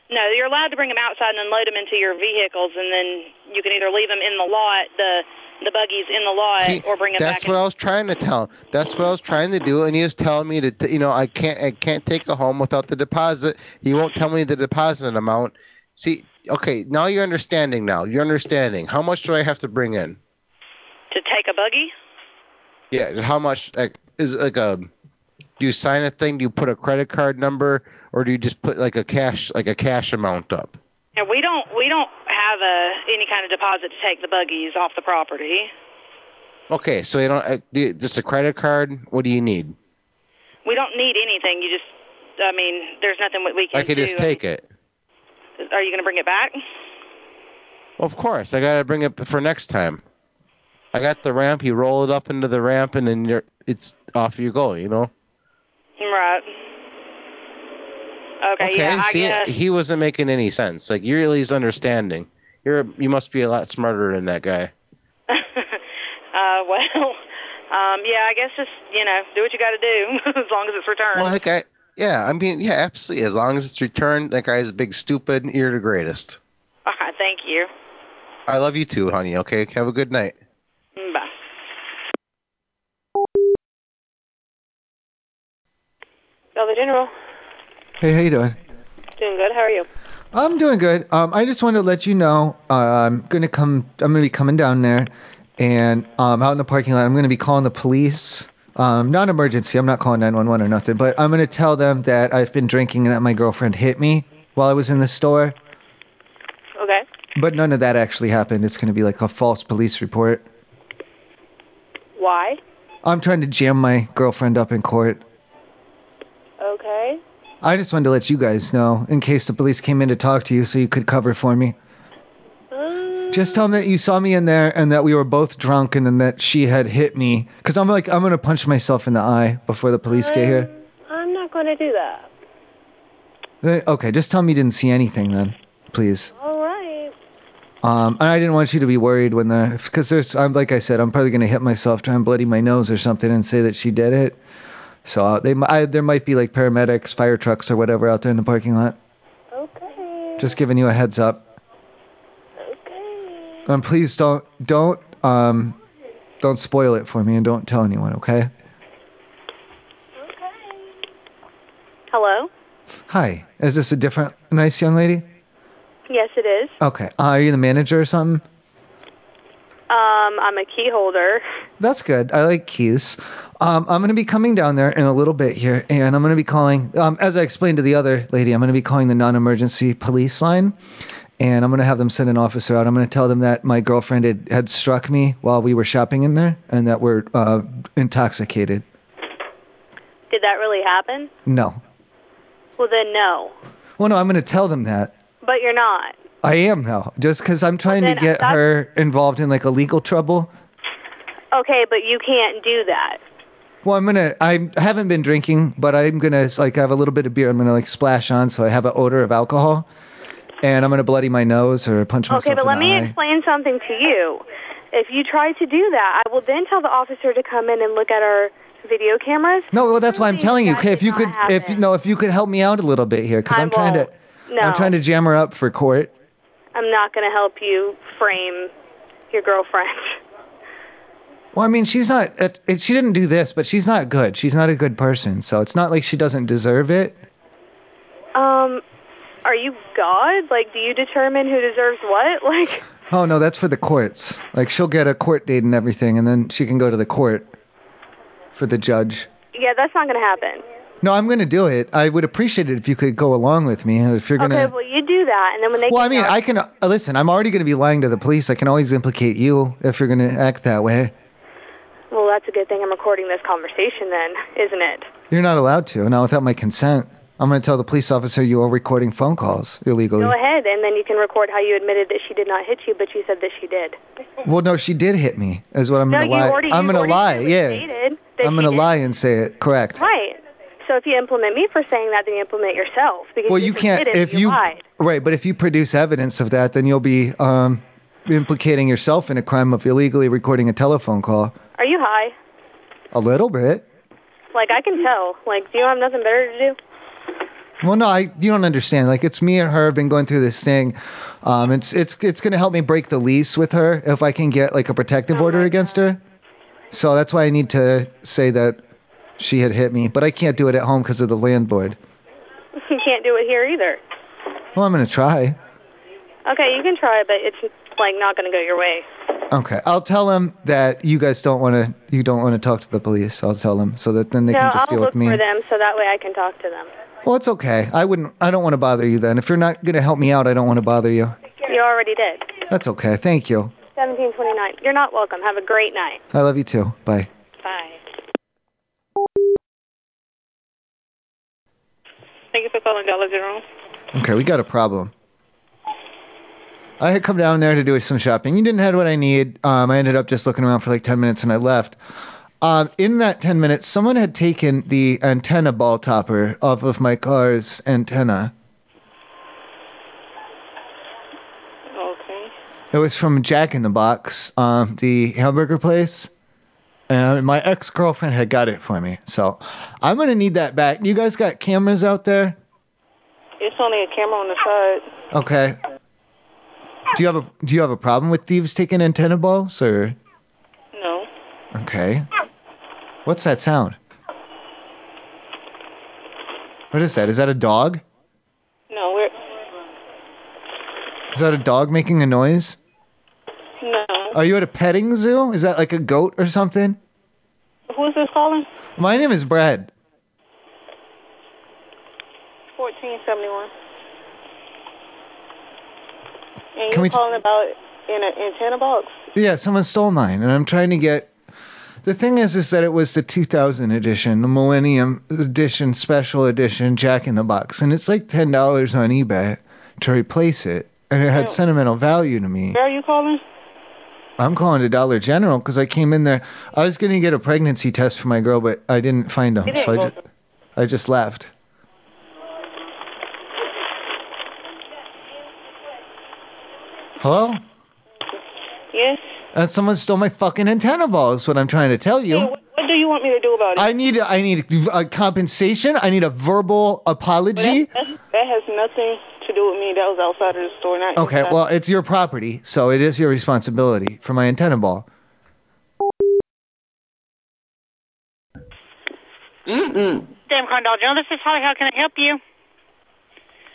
No, you're allowed to bring them outside and unload them into your vehicles, and then you can either leave them in the lot, the the buggies in the lot, See, or bring them That's back. what I was trying to tell. him. That's what I was trying to do, and he was telling me to, t- you know, I can't, I can't take it home without the deposit. He won't tell me the deposit amount. See, okay, now you're understanding. Now you're understanding. How much do I have to bring in? to take a buggy. Yeah, how much like, is it like a? Do you sign a thing? Do you put a credit card number, or do you just put like a cash, like a cash amount up? And we don't we don't have a any kind of deposit to take the buggies off the property. Okay, so you don't uh, do you- just a credit card. What do you need? We don't need anything. You just, I mean, there's nothing that we can I could do. just take it. Are you going to bring it back? Of course, I gotta bring it for next time. I got the ramp. You roll it up into the ramp, and then you're it's off you go. You know. Right. Okay. yeah. see, I guess. he wasn't making any sense. Like you're at least understanding. You're you must be a lot smarter than that guy. uh, well, um, yeah. I guess just you know, do what you got to do as long as it's returned. Well, like I yeah, I mean yeah, absolutely. As long as it's returned, that guy's a big stupid. and You're the greatest. All right. Thank you. I love you too, honey. Okay, have a good night. Bye. Dollar General, Hey, how you doing? doing good. How are you? I'm doing good. Um, I just wanted to let you know uh, I'm gonna come. I'm gonna be coming down there, and um, out in the parking lot, I'm gonna be calling the police. Um, not emergency. I'm not calling 911 or nothing, but I'm gonna tell them that I've been drinking and that my girlfriend hit me while I was in the store. Okay. But none of that actually happened. It's gonna be like a false police report. Why? I'm trying to jam my girlfriend up in court. Okay. I just wanted to let you guys know in case the police came in to talk to you so you could cover for me. Just tell them that you saw me in there and that we were both drunk and then that she had hit me. Cause I'm like, I'm gonna punch myself in the eye before the police get here. Um. I'm not going to do that. Then- Okay, just tell me you didn't see anything then, please. All right. Um, and I didn't want you to be worried when the, cause there's, I'm like I said, I'm probably gonna hit myself, try and bloody my nose or something, and say that she did it. So uh, they, mi- I, there might be like paramedics, fire trucks, or whatever out there in the parking lot. Okay. Just giving you a heads up. Okay. And please don't, don't, um, don't spoil it for me, and don't tell anyone, okay? Hello? Hi, is this a different, nice young lady? Yes, it is. Okay. Uh, are you the manager or something? Um, I'm a key holder. That's good. I like keys. Um, I'm going to be coming down there in a little bit here, and I'm going to be calling, um, as I explained to the other lady, I'm going to be calling the non emergency police line, and I'm going to have them send an officer out. I'm going to tell them that my girlfriend had, had struck me while we were shopping in there and that we're uh, intoxicated. Did that really happen? No. Well, then no. Well, no, I'm going to tell them that. But you're not. I am now, just because I'm trying then to get that's- her involved in like a legal trouble. Okay, but you can't do that. Well, I'm gonna. I haven't been drinking, but I'm gonna like have a little bit of beer. I'm gonna like splash on, so I have an odor of alcohol, and I'm gonna bloody my nose or punch myself Okay, but in let the me eye. explain something to you. If you try to do that, I will then tell the officer to come in and look at our video cameras. no, well, that's why I'm telling you. Okay, if you could, if you no, if you could help me out a little bit here, because I I'm trying to, No, I'm trying to jam her up for court. I'm not going to help you frame your girlfriend. Well, I mean, she's not. It, it, she didn't do this, but she's not good. She's not a good person, so it's not like she doesn't deserve it. Um, are you God? Like, do you determine who deserves what? Like, Oh no, that's for the courts. Like she'll get a court date and everything, and then she can go to the court for the judge. Yeah, that's not going to happen. No, I'm gonna do it. I would appreciate it if you could go along with me. If you're gonna. Okay, well you do that, and then when they Well, I get mean, back- I can uh, listen. I'm already going to be lying to the police. I can always implicate you if you're going to act that way. well, that's a good thing. I'm recording this conversation, then, isn't it? You're not allowed to now without my consent. I'm going to tell the police officer you are recording phone calls illegally. Go ahead, and then you can record how you admitted that she did not hit you, but you said that she did. Well, no, she did hit me. Is what I'm no, going you to lie. already. I'm you going to already lie. clearly Yeah. stated that I'm she going to did. lie and say it. Correct. Right. So if you implement me for saying that, then you implement yourself because Well, you can't admitted if you, you lied. right, but if you produce evidence of that, then you'll be um, implicating yourself in a crime of illegally recording a telephone call. Are you high? A little bit. Like I can tell. Like, do you have nothing better to do? Well, no, I you don't understand. Like it's me and her have been going through this thing. Um, it's it's it's gonna help me break the lease with her if I can get like a protective order against her. So that's why I need to say that she had hit me, but I can't do it at home because of the landlord. You can't do it here either. Well, I'm gonna try. Okay, you can try, but it's like not going to go your way. Okay, I'll tell him that you guys don't want to you don't want to talk to the police. I'll tell them so that then they no, can just I'll deal look with me. for them so that way I can talk to them. Well, it's okay. I wouldn't. I don't want to bother you then. If you're not gonna help me out, I don't want to bother you. You already did. That's okay. Thank you. 1729. You're not welcome. Have a great night. I love you too. Bye. Bye. Thank you for calling Dollar General. Okay, we got a problem. I had come down there to do some shopping. You didn't have what I need. Um, I ended up just looking around for like 10 minutes and I left. Um, in that 10 minutes, someone had taken the antenna ball topper off of my car's antenna. Okay. It was from Jack in the Box, um, the hamburger place. And my ex girlfriend had got it for me. So I'm going to need that back. You guys got cameras out there? It's only a camera on the side. Okay. Do you have a do you have a problem with thieves taking antenna balls or No. okay? What's that sound? What is that? Is that a dog? No, we're Is that a dog making a noise? no. Are you at a petting zoo? Is that like a goat or something? Who is this calling? My name is Brad. 1471. And Can you're we t- calling about in an antenna box? Yeah, someone stole mine and I'm trying to get The thing is is that it was the 2000 edition, the Millennium edition, special edition Jack in the Box and it's like $10 on eBay to replace it and it had sentimental value to me. Where are you calling? I'm calling to Dollar General 'cause I came in there. I was going to get a pregnancy test for my girl, but I didn't find them, It so ain't I just, I just left. Hello? Yes. And Uh, someone stole my fucking antenna ball. Is what I'm trying to tell you. What do you want me to do about it? I need I need a compensation. I need a verbal apology. That, that has nothing to do with me. That was outside of the store. Not Okay, inside. well it's your property, so it is your responsibility for my antenna ball. Mm-mm. Damn Condell Joe, this is Holly. How can I help you?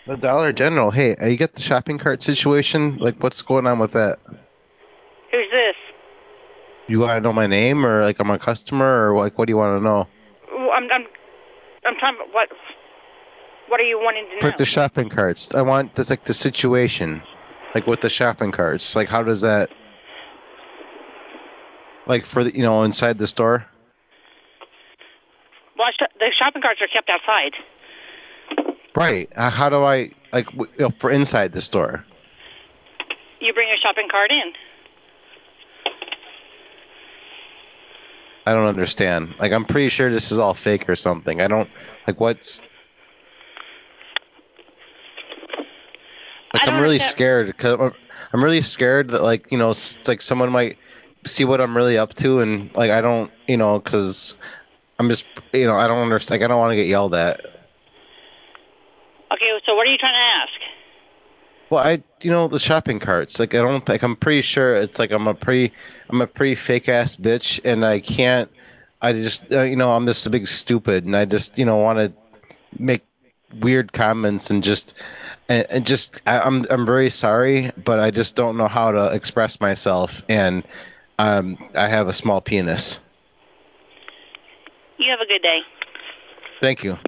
The Dollar General. Hey, uh, you got the shopping cart situation? Like, what's going on with that? Who's this? You want to know my name, or like I'm a customer, or like what do you want to know? Well, I'm I'm I'm talking about what what are you wanting to know? Put the shopping carts. I want the, like the situation, like with the shopping carts. Like, how does that? Like for the you know inside the store. Well, sh- the shopping carts are kept outside. Right. Uh, how do I like w- you know, for inside the store? You bring your shopping cart in. I don't understand. Like I'm pretty sure this is all fake or something. I don't like what's. Like I'm really scared. Cause I'm- I'm really scared that like you know s- it's like someone might see what I'm really up to and like I don't you know because I'm just you know I don't understand. Like I don't want to get yelled at. Okay, so what are you trying to ask? Well, I you know the shopping carts. Like I don't like I'm pretty sure it's like I'm a pretty I'm a pretty fake ass bitch, and I can't. I just uh, you know I'm just a big stupid, and I just you know want to make weird comments and just and, and just I, I'm I'm very sorry, but I just don't know how to express myself, and um, I have a small penis. You have a good day. Thank you.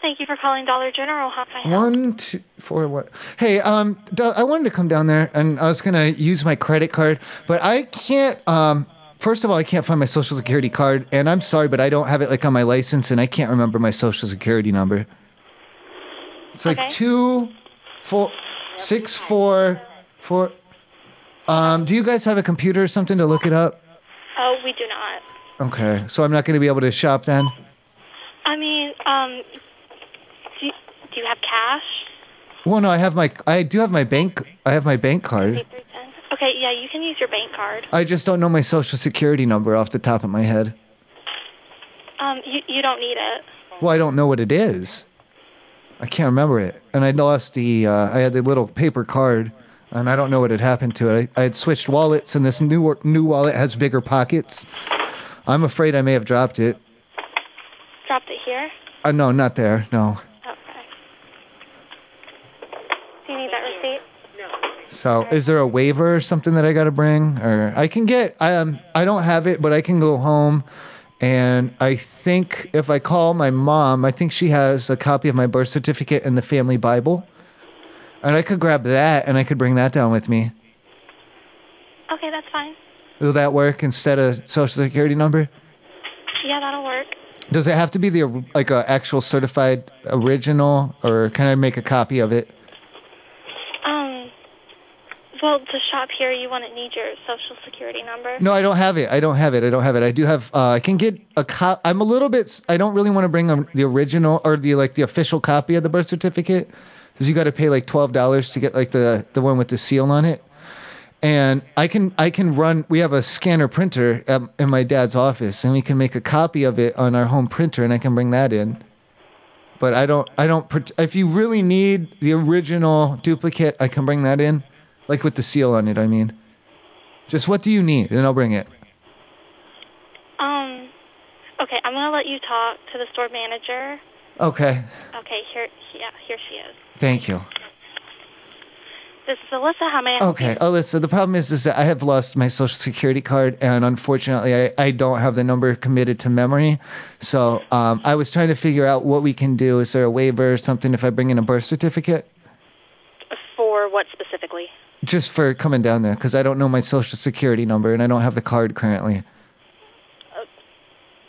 Thank you for calling Dollar General. How can I help? One, two, four, what? Hey, um, Doug, I wanted to come down there, and I was gonna use my credit card, but I can't. Um, first of all, I can't find my social security card, and I'm sorry, but I don't have it like on my license, and I can't remember my social security number. It's like two, four, six, four, four. Um, do you guys have a computer or something to look it up? Oh, we do not. Okay, so I'm not gonna be able to shop then. I mean, um, do you, do you have cash? Well, no, I have my, I do have my bank, I have my bank card. Okay, yeah, you can use your bank card. I just don't know my social security number off the top of my head. Um, you you don't need it. Well, I don't know what it is. I can't remember it, and I lost the. Uh, I had the little paper card, and I don't know what had happened to it. I, I had switched wallets, and this new wa- new wallet has bigger pockets. I'm afraid I may have dropped it. Dropped it here. Uh, no, not there. No. Okay. Do you need that receipt? So, is there a waiver or something that I gotta bring, or I can get? I um, I don't have it, but I can go home, and I think if I call my mom, I think she has a copy of my birth certificate and the family Bible, and I could grab that and I could bring that down with me. Okay, that's fine. Will that work instead of social security number? Yeah, that'll work. Does it have to be the or- like a actual certified original, or can I make a copy of it? Um, well, to shop here, you wouldn't need your social security number. No, I don't have it. I don't have it. I don't have it. I do have. Uh, I can get a cop. I'm a little bit. s- I don't really want to bring um the original or the like the official copy of the birth certificate, because you got to pay like twelve dollars to get like the the one with the seal on it. And I can I can run. We have a scanner printer at, in my dad's office, and we can make a copy of it on our home printer, and I can bring that in. But I don't I don't. pret- If you really need the original duplicate, I can bring that in, like with the seal on it. I mean. Just what do you need, and I'll bring it. Um, okay, I'm gonna let you talk to the store manager. Okay. Okay, here, yeah, here she is. Thank you. This is Alyssa. How may I? Okay, Alyssa. The problem is, is that I have lost my social security card, and unfortunately, I, I don't have the number committed to memory. So um, I was trying to figure out what we can do. Is there a waiver or something if I bring in a birth certificate, For what specifically? just for coming down there? Because I don't know my social security number, and I don't have the card currently.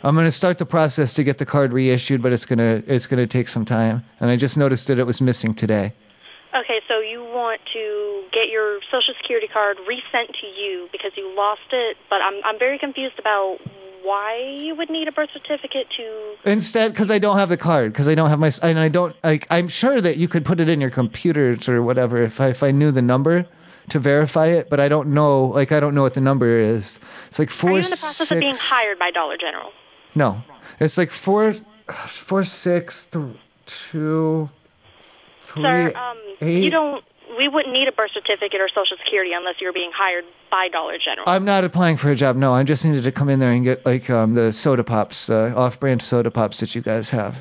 I'm gonna start the process to get the card reissued, but it's gonna it's gonna take some time. And I just noticed that it was missing today. Okay, so you want to get your social security card resent to you because you lost it, but I'm I'm very confused about why you would need a birth certificate to Instead, because I don't have the card, because I don't have my, and I don't, like, I'm sure that you could put it in your computers or whatever if I, if I knew the number to verify it, but I don't know, like, I don't know what the number is. It's like four, Are you in the process six, of being hired by Dollar General? no, it's like four, four, six, th- two, three, Sir, um, eight. you don't. We wouldn't need a birth certificate or social security unless you were being hired by Dollar General. I'm not applying for a job. No, I just needed to come in there and get like um, the soda pops, uh, off-brand soda pops that you guys have.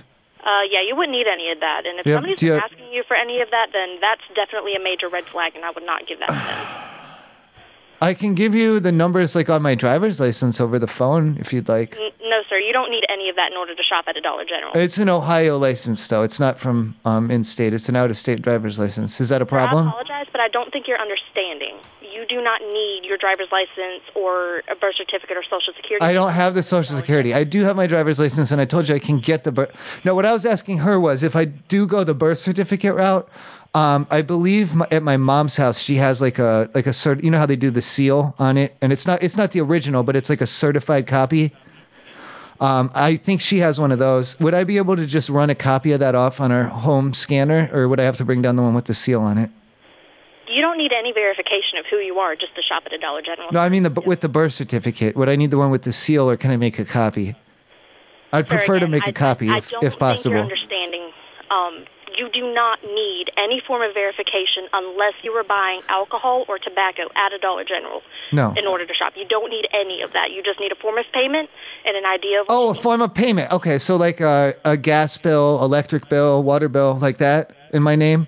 Uh, yeah, you wouldn't need any of that. And if Yeah, somebody's do you- been asking you for any of that, then that's definitely a major red flag, and I would not give that to them. I can give you the numbers like on my driver's license over the phone if you'd like. N- no, sir, you don't need any of that in order to shop at a Dollar General. It's an Ohio license, though. It's not from um, in state. It's an out of state driver's license. Is that a I problem? apologize, but I don't think you're understanding. You do not need your driver's license or a birth certificate or social security. I don't have the social security. I do have my driver's license, and I told you I can get the birth. No, what I was asking her was if I do go the birth certificate route. Um, I believe my, at my mom's house she has like a like a cert. You know how they do the seal on it, and it's not it's not the original, but it's like a certified copy. Um, I think she has one of those. Would I be able to just run a copy of that off on our home scanner, or would I have to bring down the one with the seal on it? You don't need any verification of who you are just to shop at a Dollar General. No, I mean the with the birth certificate. Would I need the one with the seal, or can I make a copy? I'd prefer to make a copy I if, don't if think you're possible. understanding. Um, You do not need any form of verification unless you are buying alcohol or tobacco at a Dollar General No. in order to shop. You don't need any of that. You just need a form of payment and an idea of Oh, a form of payment. Okay, so like uh, a gas bill, electric bill, water bill, like that in my name.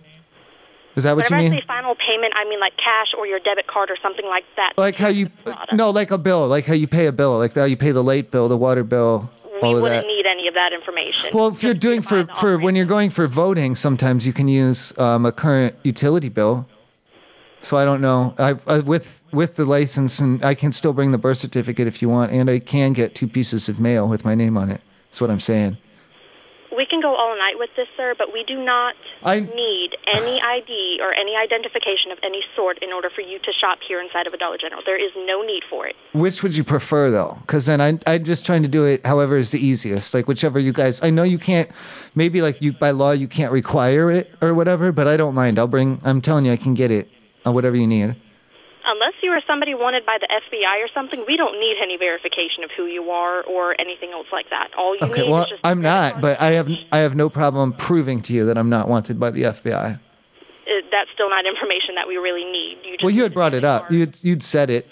Is that what Whenever you I mean? say final payment, I mean like cash or your debit card or something like that. Like how you no, like a bill, like how you pay a bill, like how you pay the late bill, the water bill, all of that. Wouldn't need any of that information. Well, if you're doing for for when you're going for voting, sometimes you can use um, a current utility bill. So I don't know. I, I with with the license, and I can still bring the birth certificate if you want, and I can get two pieces of mail with my name on it. That's what I'm saying. We can go all night with this, sir, but we do not I- need any ID or any identification of any sort in order for you to shop here inside of a Dollar General. There is no need for it. Which would you prefer though? Because then I I'm just trying to do it however is the easiest. Like whichever you guys. I know you can't. Maybe like you by law you can't require it or whatever, but I don't mind. I'll bring. I'm telling you, I can get it. Uh, whatever you need. Unless you are somebody wanted by the FBI or something, we don't need any verification of who you are or anything else like that. All you Okay, need well, is just I'm not, but I have I have no problem proving to you that I'm not wanted by the FBI. uh, that's still not information that we really need. You just Well, you had brought it up. You'd you'd said it.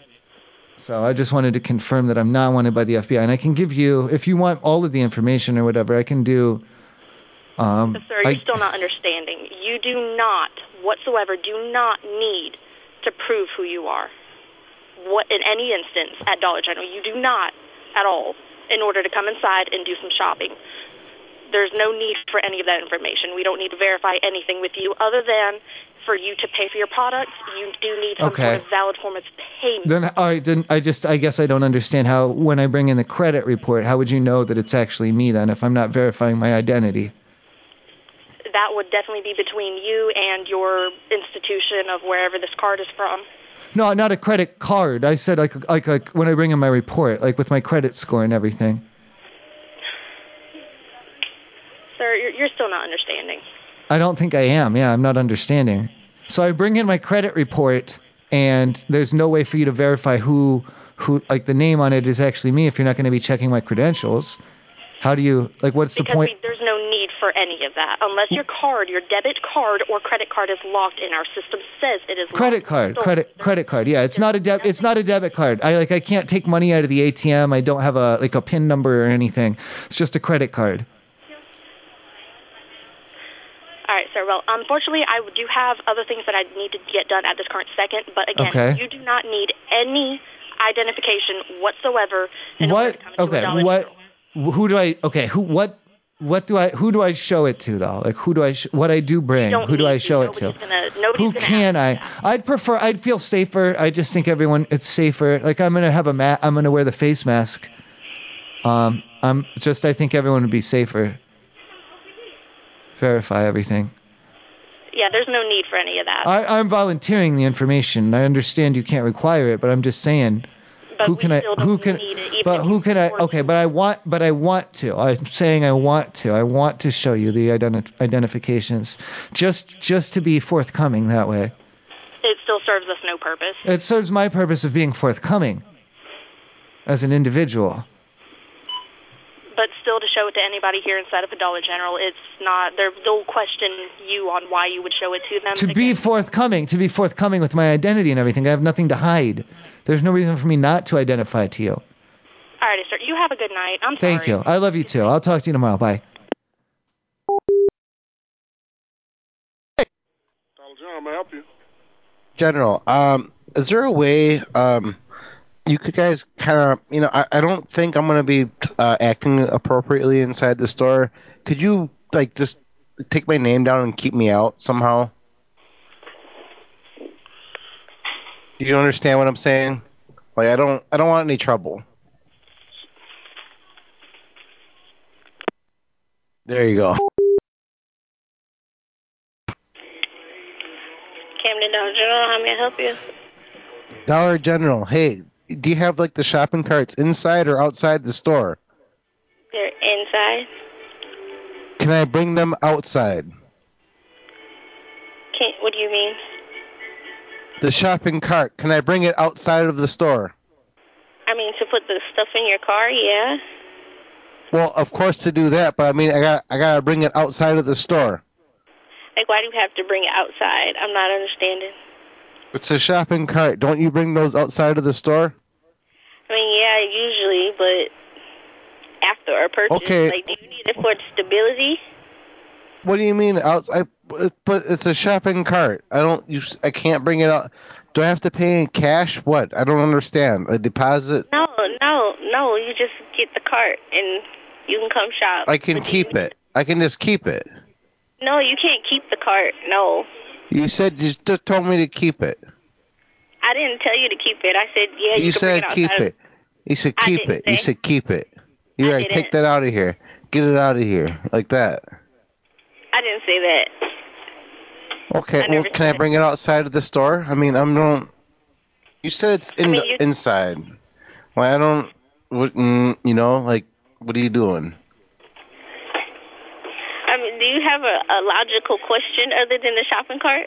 So I just wanted to confirm that I'm not wanted by the FBI, and I can give you, if you want all of the information or whatever, I can do. Um, Sir, I- you're still not understanding. You do not, whatsoever, do not need to prove who you are. What in any instance at Dollar General, you do not at all in order to come inside and do some shopping. There's no need for any of that information. We don't need to verify anything with you other than for you to pay for your products. You do need some Okay. sort of valid form of payment. then all right, then I just I guess I don't understand how when I bring in the credit report, how would you know that it's actually me then if I'm not verifying my identity? That would definitely be between you and your institution of wherever this card is from. No, not a credit card. I said like like like when I bring in my report, like with my credit score and everything. Sir, you're, you're still not understanding. I don't think I am. Yeah, I'm not understanding. So I bring in my credit report, and there's no way for you to verify who who like the name on it is actually me if you're not going to be checking my credentials. How do you like? What's the because point? we, there's no need for any of that unless your card, your debit card or credit card is locked in. Our system says it is Credit locked. card, So credit credit card. Yeah, it's not a deb it's not a debit card. I like I can't take money out of the ATM. I don't have a like a pin number or anything. It's just a credit card. All right, sir. Well, unfortunately, I do have other things that I need to get done at this current second. But again, Okay. you do not need any identification whatsoever. what? Okay. What? Who do I? Okay. Who? What? What do I? Who do I show it to though? Like who do I? Sh- what I do bring? don't Who do need I show it to? Gonna, nobody's Who gonna can I? I'd prefer. I'd feel safer. I just think everyone. It's safer. Like I'm gonna have a ma- I'm gonna wear the face mask. Um. I'm just. I think everyone would be safer. Verify everything. Yeah, there's no need for any of that. I, I'm volunteering the information. I understand you can't require it, but I'm just saying. who can I? Who can? but who can I? Okay, but I want. But I want to. I'm saying I want to. I want to show you the identi- identifications, just just to be forthcoming that way. It still serves us no purpose. It serves my purpose of being forthcoming as an individual. But still, to show it to anybody here inside of a Dollar General, it's not. they're- They'll question you on why you would show it to them. To be forthcoming, to be forthcoming with my identity and everything. I have nothing to hide. There's no reason for me not to identify to you. Alrighty, sir. You have a good night. I'm Thank sorry. you. I love you too. I'll talk to you tomorrow. Bye. Dollar General, may I help you? General, um, is there a way um, you could guys kind of, you know, I, I don't think I'm gonna be uh, acting appropriately inside the store. Could you like just take my name down and keep me out somehow? Do you understand what I'm saying? Like I don't, I don't want any trouble. There you go. Camden Dollar General, how may I help you? Dollar General, hey, do you have like the shopping carts inside or outside the store? They're inside. Can I bring them outside? Can, what do you mean? The shopping cart, can I bring it outside of the store? I mean to put the stuff in your car, yeah. Well, of course to do that, but I mean I got I gotta bring it outside of the store. Like, why do you have to bring it outside? I'm not understanding. It's a shopping cart. Don't you bring those outside of the store? I mean, yeah, usually, but after a purchase, Okay. like, do you need it for stability? What do you mean out? I but it's a shopping cart. I don't. You. s- I can't bring it out. Do I have to pay in cash? What? I don't understand. A deposit. No, no, no. You just get the cart and you can come shop. I can keep it. I can just keep it. No, you can't keep the cart. No. You said you just told me to keep it. I didn't tell you to keep it. I said, yeah, you, you can said bring it keep outside. it. You said I keep didn't it. You say. said keep it. You're right. Take that out of here. Get it out of here. Like that. I didn't say that. Okay. Well, can I bring it outside of the store? I mean, I'm don't. You said it's in mean, the you- inside. Why I don't? What? mm, You know, like, what are you doing? I mean, do you have a, a logical question other than the shopping cart?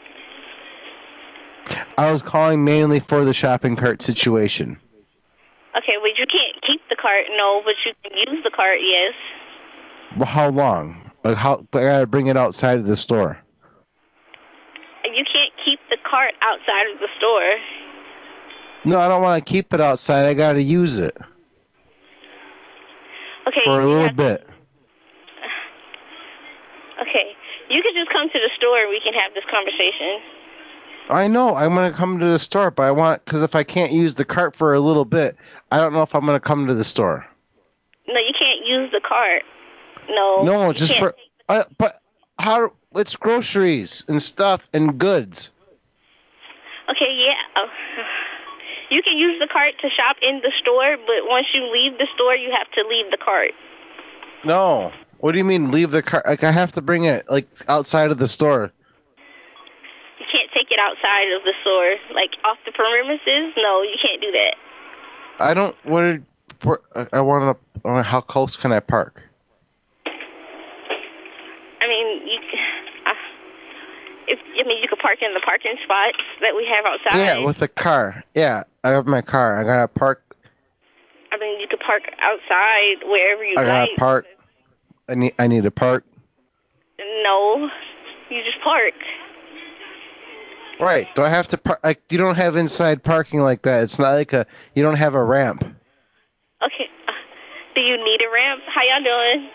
I was calling mainly for the shopping cart situation. Okay, but you can't keep the cart. No, but you can use the cart. Yes. Well, how long? Like, how? But I gotta bring it outside of the store. You can't keep the cart outside of the store. No, I don't want to keep it outside. I gotta use it Okay. for a little bit. Okay. You could just come to the store and we can have this conversation. I know I'm gonna come to the store, but I want because if I can't use the cart for a little bit, I don't know if I'm gonna come to the store. No, you can't use the cart. No. No, you just can't. for. I, but how? It's groceries and stuff and goods. Okay, yeah. Oh. You can use the cart to shop in the store, but once you leave the store, you have to leave the cart. No. What do you mean leave the cart? Like I have to bring it like outside of the store. You can't take it outside of the store, like off the premises. No, you can't do that. I don't. What? Where, I want to. How close can I park? I mean, you. Uh, if I mean, you could park in the parking spots that we have outside. Yeah, with the car. Yeah, I have my car. I gotta park. I mean, you could park outside wherever you I gotta like. park. I need. I need to park. No, you just park. Right. Do I have to park? Like, you don't have inside parking like that. It's not like a. You don't have a ramp. Okay. Uh, do you need a ramp? How y'all doing?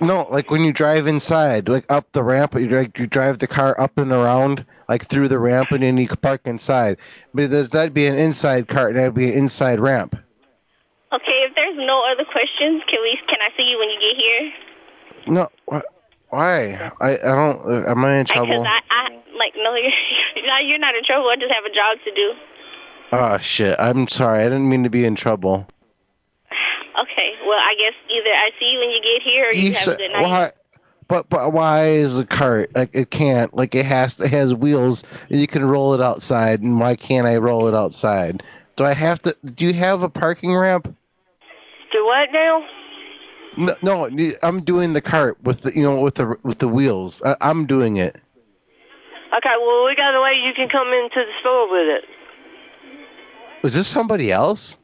No, like when you drive inside, like up the ramp, you like you drive the car up and around, like through the ramp, and then you can park inside. But there's, that'd be an inside cart, and that'd be an inside ramp. Okay, if there's no other questions, can we can I see you when you get here? No, wh- why? I I don't. uh, Am I in trouble? Because I, I like no, you're no, you're not in trouble. I just have a job to do. Oh shit! I'm sorry. I didn't mean to be in trouble. Okay, well I guess either I see you when you get here, or you, You have said- a good night. why? But but why is a cart like it can't like it has it has wheels and you can roll it outside and why can't I roll it outside? Do I have to? Do you have a parking ramp? Do what now? No, no, I'm doing the cart with the you know with the with the wheels. I, I'm doing it. Okay, well, we got a way you can come into the store with it. Is this somebody else?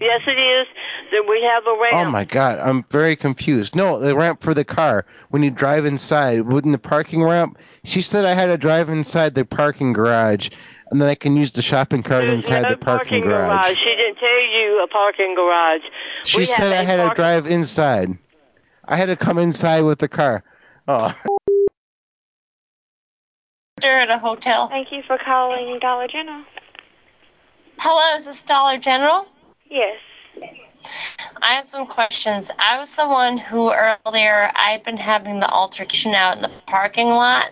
Yes, it is. Then we have a Oh ramp. my god, I'm very confused. No, the ramp for the car when you drive inside, wouldn't the parking ramp? She said I had to drive inside the parking garage, and then I can use the shopping cart inside the parking, garage. She didn't tell you a parking garage. She we said I have a had to parking- drive inside. I had to come inside with the car. Oh. You're at a hotel. Thank you for calling Dollar General. Hello, is this Dollar General? Yes. I have some questions. I was the one who earlier I'd been having the altercation out in the parking lot.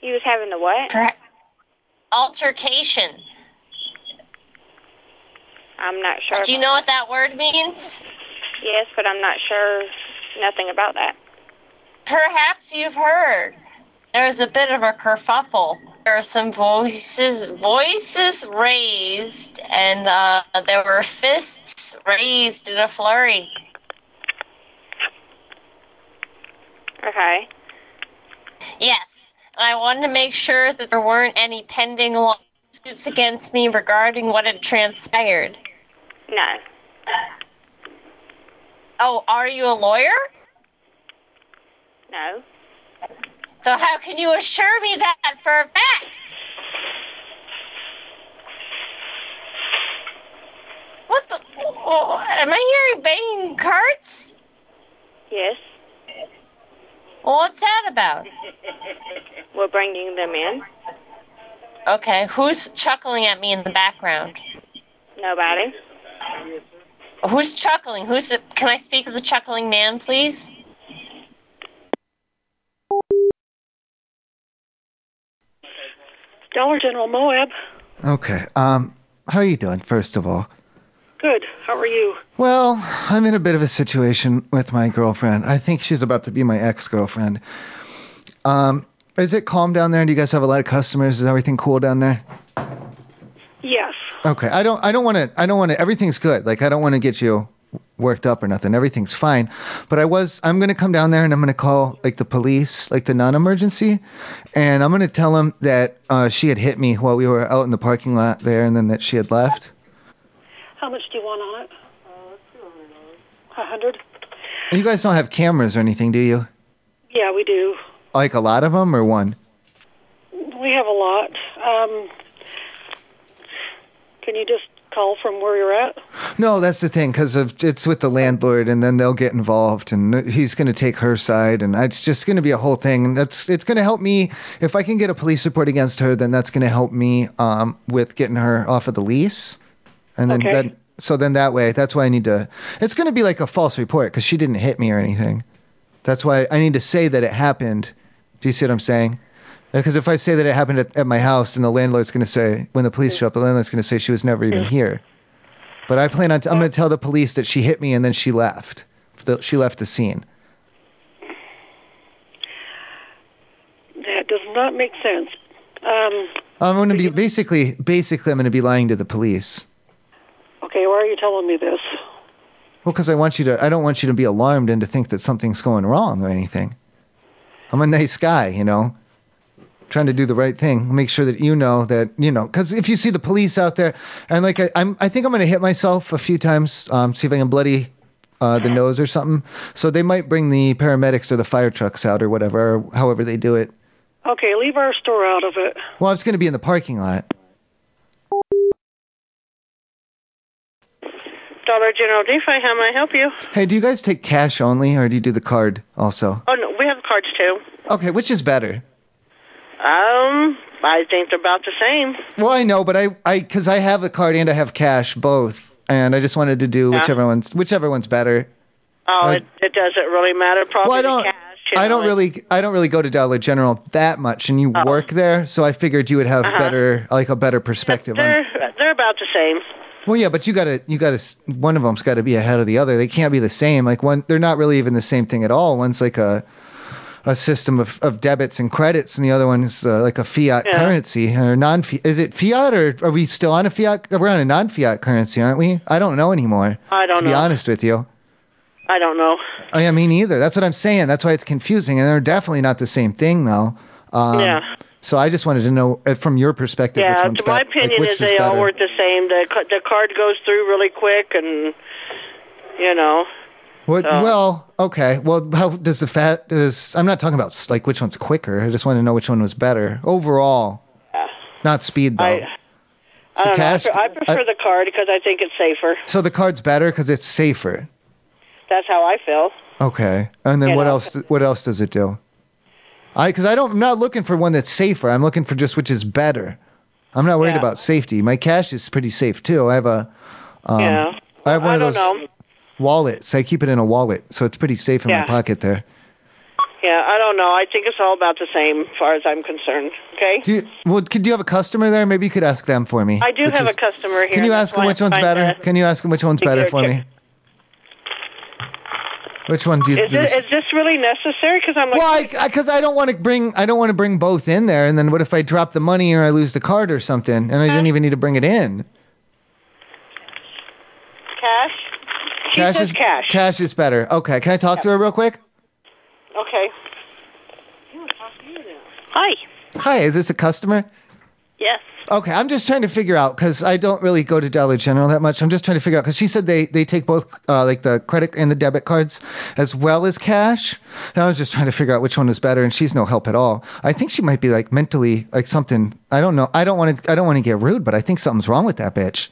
You was having the what? Altercation. I'm not sure. Do you know what that word means? Yes, but I'm not sure nothing about that. Perhaps you've heard. There's a bit of a kerfuffle. There are some voices voices raised, and uh, there were fists raised in a flurry. Okay. Yes, and I wanted to make sure that there weren't any pending lawsuits against me regarding what had transpired. No. Oh, are you a lawyer? No. So how can you assure me that for a fact? What the? oh, am I hearing banging carts? Yes. Well, what's that about? We're bringing them in. Okay, who's chuckling at me in the background? Nobody. Who's chuckling? Who's the, Can I speak to the chuckling man, please? Dollar General Moab. Okay. Um, how are you doing, first of all? Good. How are you? Well, I'm in a bit of a situation with my girlfriend. I think she's about to be my ex-girlfriend. Um, is it calm down there? Do you guys have a lot of customers? Is everything cool down there? Yes. Okay. I don't. I don't want to. I don't want to. Everything's good. Like I don't want to get you worked up or nothing. Everything's fine. But I was. I'm gonna come down there and I'm gonna call like the police, like the non-emergency, and I'm gonna tell them that uh, she had hit me while we were out in the parking lot there, and then that she had left. How much do you want on it? Uh, A hundred. You guys don't have cameras or anything, do you? Yeah, we do. Like a lot of them or one? We have a lot. Um, can you just call from where you're at? No, that's the thing, 'cause of it's with the landlord, and then they'll get involved, and he's going to take her side, and it's just going to be a whole thing. And that's it's going to help me if I can get a police report against her, then that's going to help me um, with getting her off of the lease, and then Okay. then- so then that way, that's why I need to. It's going to be like a false report, 'cause she didn't hit me or anything. That's why I need to say that it happened. Do you see what I'm saying? Because if I say that it happened at, at my house, and the landlord's going to say, when the police show up, the landlord's going to say she was never even here. But I plan on, t- I'm going to tell the police that she hit me and then she left. The- She left the scene. That does not make sense. Um, I'm going to be basically, basically, I'm going to be lying to the police. okay, why are you telling me this? Well, because I want you to, I don't want you to be alarmed and to think that something's going wrong or anything. I'm a nice guy, you know, trying to do the right thing. Make sure that you know that, you know, because if you see the police out there, and like I, I'm, I think I'm gonna hit myself a few times, um, see if I can bloody uh, the nose or something. So they might bring the paramedics or the fire trucks out or whatever, or however they do it. Okay, leave our store out of it. Well, I was gonna be in the parking lot. Dollar General DeFi, how may I help you? Hey, do you guys take cash only, or do you do the card also? Oh, no, we have cards too. Okay, which is better? Um, I think they're about the same. Well, I know, but I, I, because I have a card and I have cash both, and I just wanted to do Yeah. whichever one's whichever one's better. Oh, Uh, it, it doesn't really matter. Probably well, I the don't, cash. I don't really, I don't really go to Dollar General that much, and you work there, so I figured you would have Oh. Uh-huh. better, like a better perspective on. They're they're about the same. Well, yeah, but you gotta, you gotta, s- one of them's got to be ahead of the other. They can't be the same. Like one, they're not really even the same thing at all. One's like a, a system of, of debits and credits, and the other one is uh, like a fiat Yeah. currency or non. Is it fiat or are we still on a fiat? We're on a non-fiat currency, aren't we? I don't know anymore. I don't to be know. honest with you. I don't know. Oh, yeah, me neither. That's what I'm saying. That's why it's confusing, and they're definitely not the same thing, though. Um, Yeah. So I just wanted to know uh, from your perspective which yeah, one's to my bet- like, opinion which is they all better. work the same. The ca- the card goes through really quick, and you know. What, Well, okay. Well, how does the fat? Does I'm not talking about s- like which one's quicker. I just want to know which one was better overall. Not speed though. I- I So don't cash- know. I, pre- I prefer I- the card because I think it's safer. so the card's better because it's safer. That's how I feel. Okay. And then Yeah, what no. else? What else does it do? I because I don't. I'm not looking for one that's safer. I'm looking for just which is better. I'm not worried about safety. My cash is pretty safe too. I have a. Um, Yeah. I have one I of don't those know. wallets. I keep it in a wallet, so it's pretty safe in Yeah. my pocket there. Yeah, I don't know. I think it's all about the same, as far as I'm concerned. Okay. Do you, well, could, do you have a customer there? Maybe you could ask them for me. I do which have is- a customer here. Can you that's ask them why which I'm one's trying better? to- Can you ask them which one's think better you're for me? Which one do you? Is, do it, this- is this really necessary? Because I'm like, Well, because I, don't want to bring I don't want to bring both in there, and then what if I drop the money or I lose the card or something, and I didn't even need to bring it in? cash? She cash says is cash. Cash is better. Okay, can I talk to her real quick? Okay. Hi. Hi, is this a customer? Yes. Okay, I'm just trying to figure out because I don't really go to Dollar General that much. I'm just trying to figure out because she said they they take both uh, like the credit and the debit cards as well as cash. And I was just trying to figure out which one is better, and she's no help at all. I think she might be like mentally like something. I don't know. I don't want to. I don't want to get rude, but I think something's wrong with that bitch.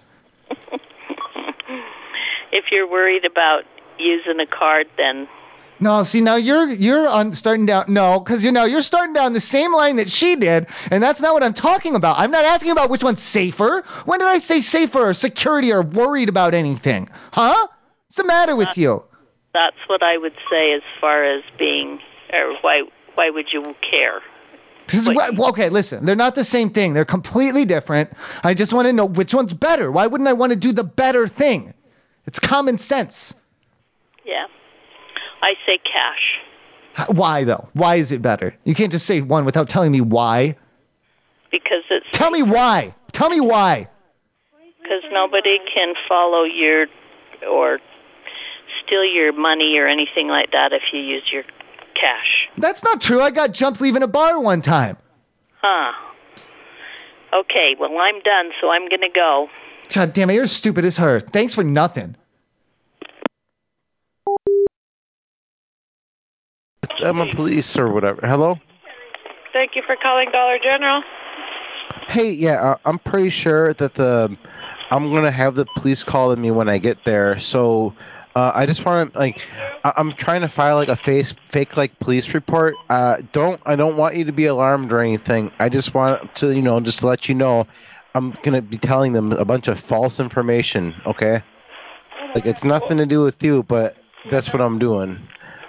If you're worried about using a card, then No, see now you're you're on starting down no, because you know you're starting down the same line that she did, and that's not what I'm talking about. I'm not asking about which one's safer. When did I say safer or security or worried about anything? Huh? What's the matter with you? that's what I would say as far as being or why why would you care? This is why- well, okay, listen, they're not the same thing. They're completely different. I just want to know which one's better. Why wouldn't I want to do the better thing? It's common sense. Yeah. I say cash. H- Why though? Why is it better? You can't just say one without telling me why. Because it's Tell me why. Tell me why. because nobody can follow your or steal your money or anything like that if you use your cash. That's not true. I got jumped leaving a bar one time. Huh. Okay, well I'm done, so I'm gonna go. God damn it, you're as stupid as her. Thanks for nothing. I'm a police or whatever. Hello. Thank you for calling Dollar General. Hey, yeah, I- I'm pretty sure that the I'm gonna have the police calling me when I get there. So uh, I just want to like I- I'm trying to file like a face fake like police report. Uh, don't I don't want you to be alarmed or anything. I just want to you know just let you know I'm gonna be telling them a bunch of false information. Okay, like it's nothing to do with you, but that's what I'm doing.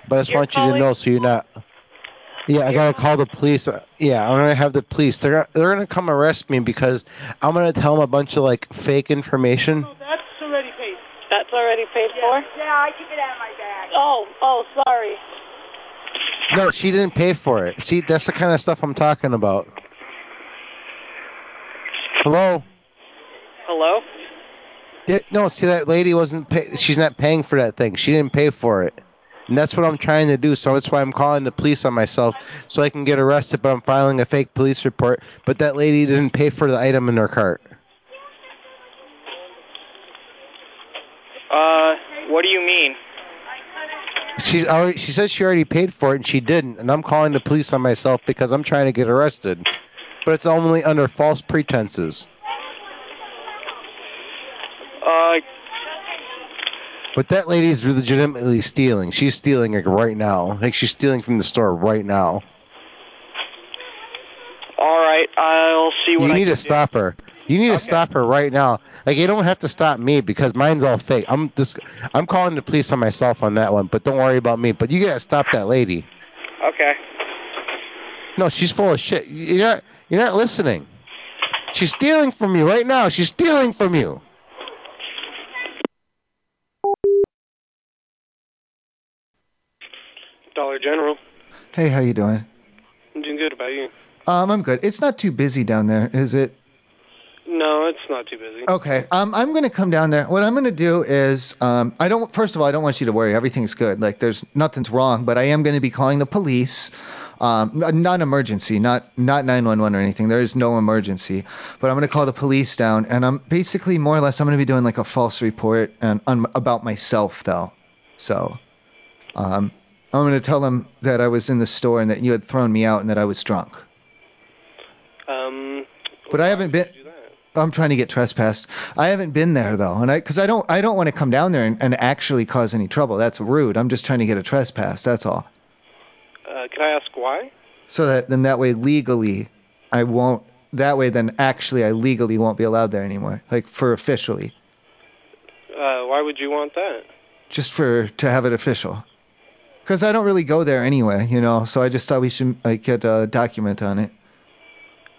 But I just want you to know so you're not yeah, I gotta call the police. Uh, Yeah, I'm gonna have the police. They're they're gonna come arrest me because I'm gonna tell them a bunch of like fake information. That's already paid. That's already paid for? Yeah, I took it out of my bag. Oh, oh, sorry. No, she didn't pay for it. See, that's the kind of stuff I'm talking about. Hello. Hello? Yeah, no, see that lady wasn't. Pay- she's not paying for that thing. She didn't pay for it, and that's what I'm trying to do. So that's why I'm calling the police on myself so I can get arrested. But I'm filing a fake police report. But that lady didn't pay for the item in her cart. Uh, what do you mean? She's already. She said she already paid for it, and she didn't. And I'm calling the police on myself because I'm trying to get arrested. But it's only under false pretenses. Uh, But that lady is legitimately stealing. She's stealing like right now. Like she's stealing from the store right now. all right. I'll see what you I need can to stop her. You need to stop her right now. Like you don't have to stop me because mine's all fake. I'm just I'm calling the police on myself on that one. But don't worry about me. But you gotta stop that lady. do. Okay. No, she's full of shit. You're not you're not listening. She's stealing from you right now. She's stealing from you. Dollar General. Hey, how you doing? I'm doing good about you. Um, I'm good. It's not too busy down there, is it? No, it's not too busy. Okay. Um, I'm gonna come down there. What I'm gonna do is, um, I don't. First of all, I don't want you to worry. Everything's good. Like, there's nothing's wrong. But I am gonna be calling the police. Um, n- non-emergency, not not 911 or anything. There is no emergency. But I'm gonna call the police down, and I'm basically more or less I'm gonna be doing like a false report and on, about myself though. So, um, I'm gonna tell them that I was in the store and that you had thrown me out and that I was drunk. Um, But I haven't been. I'm trying to get trespassed. I haven't been there though, and I because I don't I don't want to come down there and, and actually cause any trouble. That's rude. I'm just trying to get a trespass. That's all. uh, can I ask why? So that then that way legally, I won't. That way then actually I legally won't be allowed there anymore. Like for officially, Uh, why would you want that? just for to have it official. Because I don't really go there anyway, you know. So I just thought we should like get a document on it.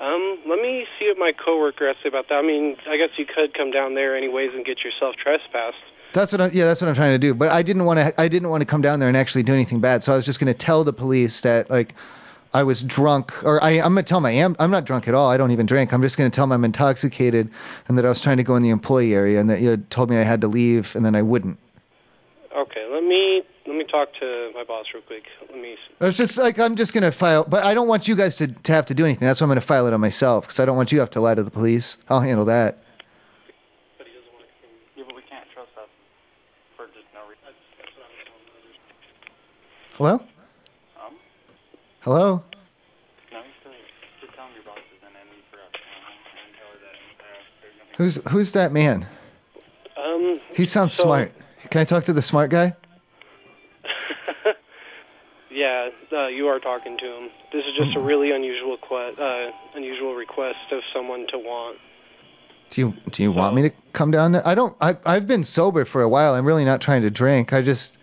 Um, let me see what my coworker has to say about that. I mean, I guess you could come down there anyways and get yourself trespassed. That's what I, yeah, that's what I'm trying to do. But I didn't want to I didn't want to come down there and actually do anything bad. So I was just going to tell the police that like I was drunk or I I'm going to tell them I am I'm not drunk at all. I don't even drink. I'm just going to tell them I'm intoxicated and that I was trying to go in the employee area and that you had told me I had to leave and then I wouldn't. Okay, let me let me me talk to my boss real quick. Let me. s- It's just like I'm just gonna file, but I don't want you guys to, to have to do anything. That's why I'm gonna file it on myself because I don't want you to have to lie to the police. I'll handle that. Yeah, but we can't trust that for just no reason. That's what I was telling others. Hello? Um, Hello? no, he's still here. Just tell him your boss is in any production and tell her that uh, there's nothing. Who's who's that man? Um, He sounds smart. Can I talk to the smart guy? yeah, uh, you are talking to him. This is just a really unusual que- uh, unusual request of someone to want. Do you do you want me to come down there? I don't. I I've been sober for a while. I'm really not trying to drink. I just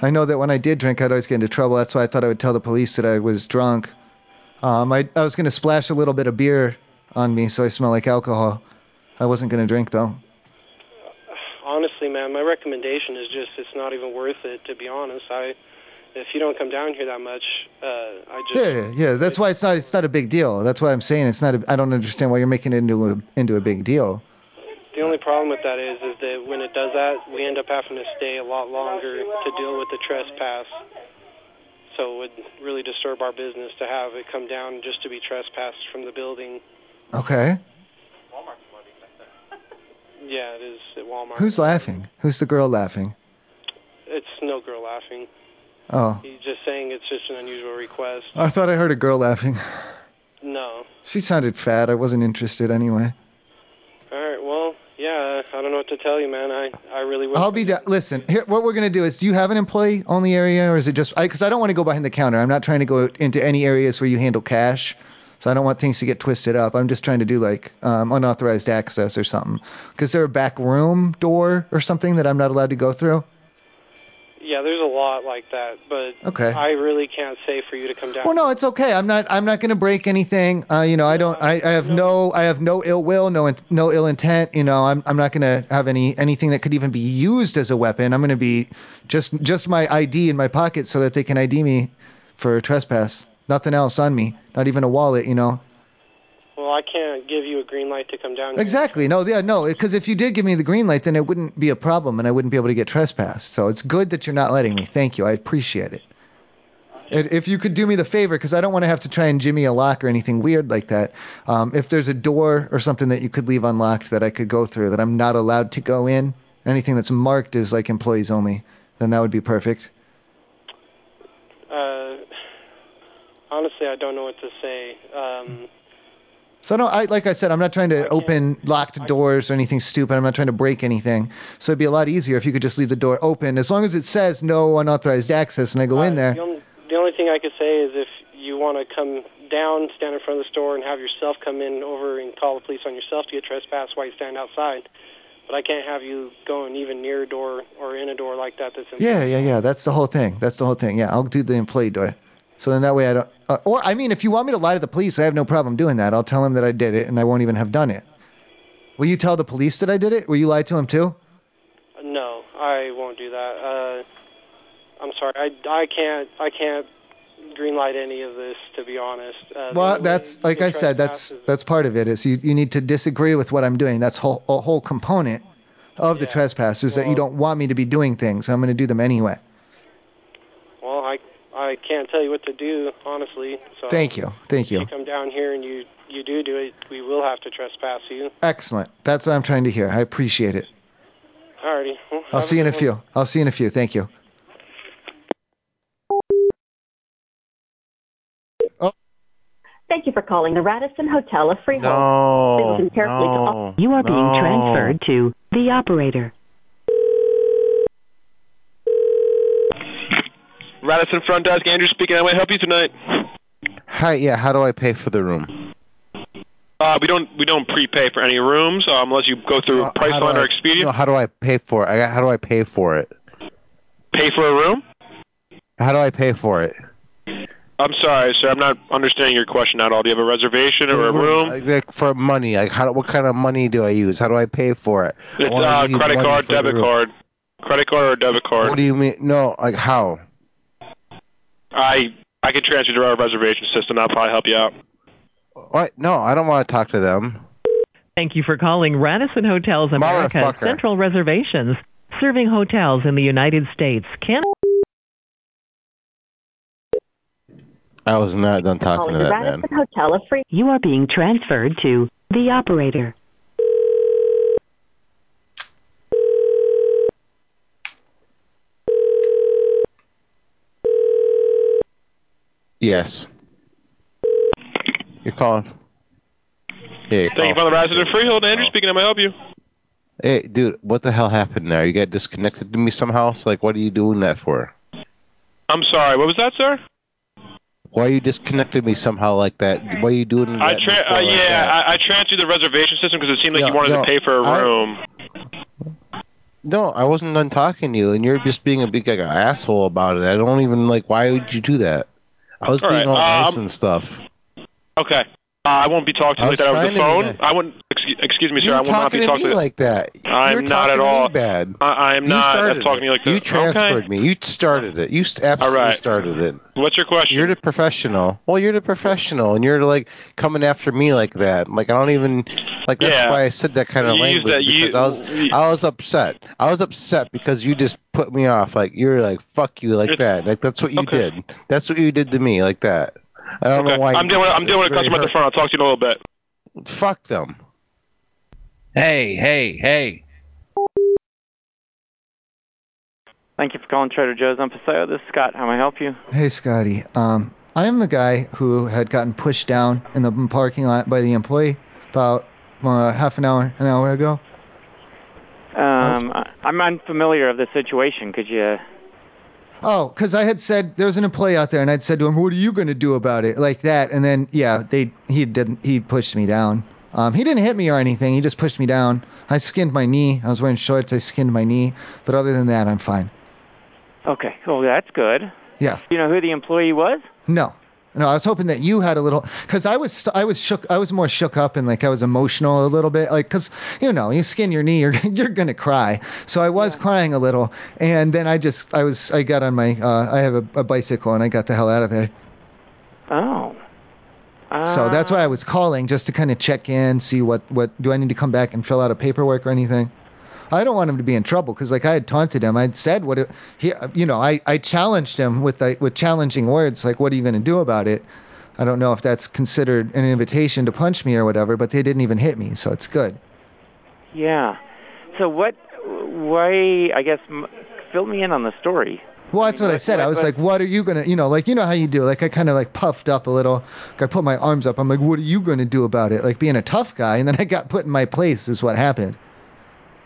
I know that when I did drink, I'd always get into trouble. That's why I thought I would tell the police that I was drunk. Um, I I was gonna splash a little bit of beer on me so I smell like alcohol. I wasn't gonna drink though. Honestly, man, my recommendation is just it's not even worth it. To be honest, I if you don't come down here that much, uh, I just Yeah, yeah, yeah. That's why it's not it's not a big deal. That's why I'm saying it's not. A, I don't understand why you're making it into a, into a big deal. The only problem with that is, is that when it does that, we end up having to stay a lot longer to deal with the trespass. So it would really disturb our business to have it come down just to be trespassed from the building. Okay. Yeah, it is at Walmart. Who's laughing? Who's the girl laughing? It's no girl laughing. Oh, He's just saying it's just an unusual request. I thought I heard a girl laughing. No. She sounded fat. I wasn't interested anyway. All right. Well, yeah. I don't know what to tell you, man. I I really wish. I'll be da- listen. Here, what we're gonna do is, do you have an employee-only area, or is it just? Because I, don't want to go behind the counter. I'm not trying to go into any areas where you handle cash, so I don't want things to get twisted up. I'm just trying to do like um, unauthorized access or something. Because there a back room door or something that I'm not allowed to go through? Yeah, there's a lot like that, but Okay. I really can't say for you to come down. Well, no, it's okay. I'm not. I'm not going to break anything. Uh, you know, I don't. I, I have no. I have no ill will. No. In, no ill intent. You know, I'm. I'm not going to have any anything that could even be used as a weapon. I'm going to be just just my ID in my pocket so that they can ID me for trespass. Nothing else on me. Not even a wallet. You know. Well, I can't give you a green light to come down. Exactly. No. Yeah. No. Because if you did give me the green light, then it wouldn't be a problem, and I wouldn't be able to get trespassed. So it's good that you're not letting me. Thank you. I appreciate it. And if you could do me the favor, because I don't want to have to try and jimmy a lock or anything weird like that. Um, if there's a door or something that you could leave unlocked that I could go through that I'm not allowed to go in, anything that's marked as like employees only, then that would be perfect. Uh, honestly, I don't know what to say. Um, So no, I like I said, I'm not trying to open locked doors or anything stupid. I'm not trying to break anything. So it'd be a lot easier if you could just leave the door open, as long as it says no unauthorized access, and I go in there. the, only, the only thing I could say is if you want to come down, stand in front of the store, and have yourself come in over and call the police on yourself to get trespassed while you stand outside. But I can't have you going even near a door or in a door like that. That's in- Yeah, yeah, yeah. That's the whole thing. That's the whole thing. Yeah, I'll do the employee door. So then that way I don't. Uh, or I mean, if you want me to lie to the police, I have no problem doing that. I'll tell them that I did it, and I won't even have done it. Will you tell the police that I did it? Will you lie to them too? No, I won't do that. Uh, I'm sorry. I, I can't I can't greenlight any of this to be honest. Uh, the Well, only- that's like I said. That's that's part of it. Is you you need to disagree with what I'm doing. That's whole a whole component of the trespass is that you don't want me to be doing things. I'm going to do them anyway. Well, I I can't tell you what to do, honestly. So Thank you. Thank If you. you come down here and you you do do it, we will have to trespass you. Excellent. That's what I'm trying to hear. I appreciate it. Alrighty. Well, I'll have see you in a good few. I'll see you in a few. Thank you. Thank you for calling the Radisson Hotel of Freehold. No, Listen carefully to all- no, You are being no. transferred to the operator. one. Radisson front desk, Andrew speaking. How may I help you tonight? Hi. Yeah. How do I pay for the room? Uh, we don't we don't prepay for any rooms uh, unless you go through How do Priceline I- or Expedia. No, how do I pay for it? I, how do I pay for it? Pay for a room? How do I pay for it? I'm sorry, sir. I'm not understanding your question at all. Do you have a reservation or a room? Like, like, for money. Like how? What kind of money do I use? How do I pay for it? I It's wanna uh, leave credit money card, for the debit room. card, credit card or debit card. What do you mean? No. Like how? I I can transfer to our reservation system. That'll probably help you out. What? No, I don't want to talk to them. Thank you for calling Radisson Hotels America Motherfucker. Central Reservations, serving hotels in the United States, Canada. I was not done talking calling to the that Radisson man. Hotel of Free. You are being transferred to the operator. Yes. You're calling. Yeah, you're Thank you, calling. Father Rising and Freehold. Oh. Andrew speaking. How may I help you? Hey, dude, what the hell happened there? You got disconnected to me somehow? It's like, what are you doing that for? I'm sorry. What was that, sir? Why you disconnected me somehow like that? Why are you doing that? I tra- uh, before like yeah, that? I, I transferred the reservation system because it seemed like No, you wanted no, to pay for a I- room. No, I wasn't done talking to you, and you're just being a big like, asshole about it. I don't even like. Why would you do that? I was All being right, all uh, nice I'm- and stuff. Okay. Uh, I won't be talked to I like was that over trying the to be phone. nice. I wouldn't. Excuse, excuse me, sir. I will not talking to be talked me to. like that. You're I'm not at talking to me all. bad. I, I'm You not uh, started talking to you like that. You transferred Okay. me. You started it. You s- absolutely right. started it. What's your question? You're the professional. Well, you're the professional, and you're like coming after me like that. Like I don't even like. That's Yeah. why I said that kind of You used language that- you- because I was I was upset. I was upset because you just put me off. Like you're like fuck you like that. Like that's what you did. That's what you did to me like that. I don't know why. I'm you dealing. did I'm it. dealing with a It's very customer at the front. I'll talk to you in a little bit. hurt- Fuck them. Hey, hey, hey. Thank you for calling Trader Joe's on Paseo. This is Scott. How may I help you? Hey, Scotty. Um, I am the guy who had gotten pushed down in the parking lot by the employee about uh, half an hour, an hour ago. Um, I, I'm unfamiliar of the situation. Could you? Oh, 'cause I had said there's an employee out there, and I'd said to him, "What are you gonna do about it?" Like that, and then yeah, they he didn't he pushed me down. Um, he didn't hit me or anything. He just pushed me down. I skinned my knee. I was wearing shorts. I skinned my knee. But other than that, I'm fine. Okay. Well, that's good. Yeah. You know who the employee was? No. No, I was hoping that you had a little, cause I was, st- I was shook, I was more shook up and like I was emotional a little bit, like, cause you know, you skin your knee, you're, you're gonna cry. So I was crying a little, and then I just, I was, I got on my, uh, I have a, a bicycle and I got the hell out of there. Oh. Uh, So that's why I was calling just to kind of check in, see what what do I need to come back and fill out a paperwork or anything. I don't want him to be in trouble because like I had taunted him, I'd said what it, he, you know, I I challenged him with like with challenging words like what are you going to do about it? I don't know if that's considered an invitation to punch me or whatever, but they didn't even hit me, so it's good. Yeah. So what? Why? I guess m- fill me in on the story. Well, that's what I said. I was like, "What are you gonna, you know, like you know how you do." Like I kind of like puffed up a little. Like I put my arms up. I'm like, "What are you gonna do about it?" Like being a tough guy, and then I got put in my place is what happened.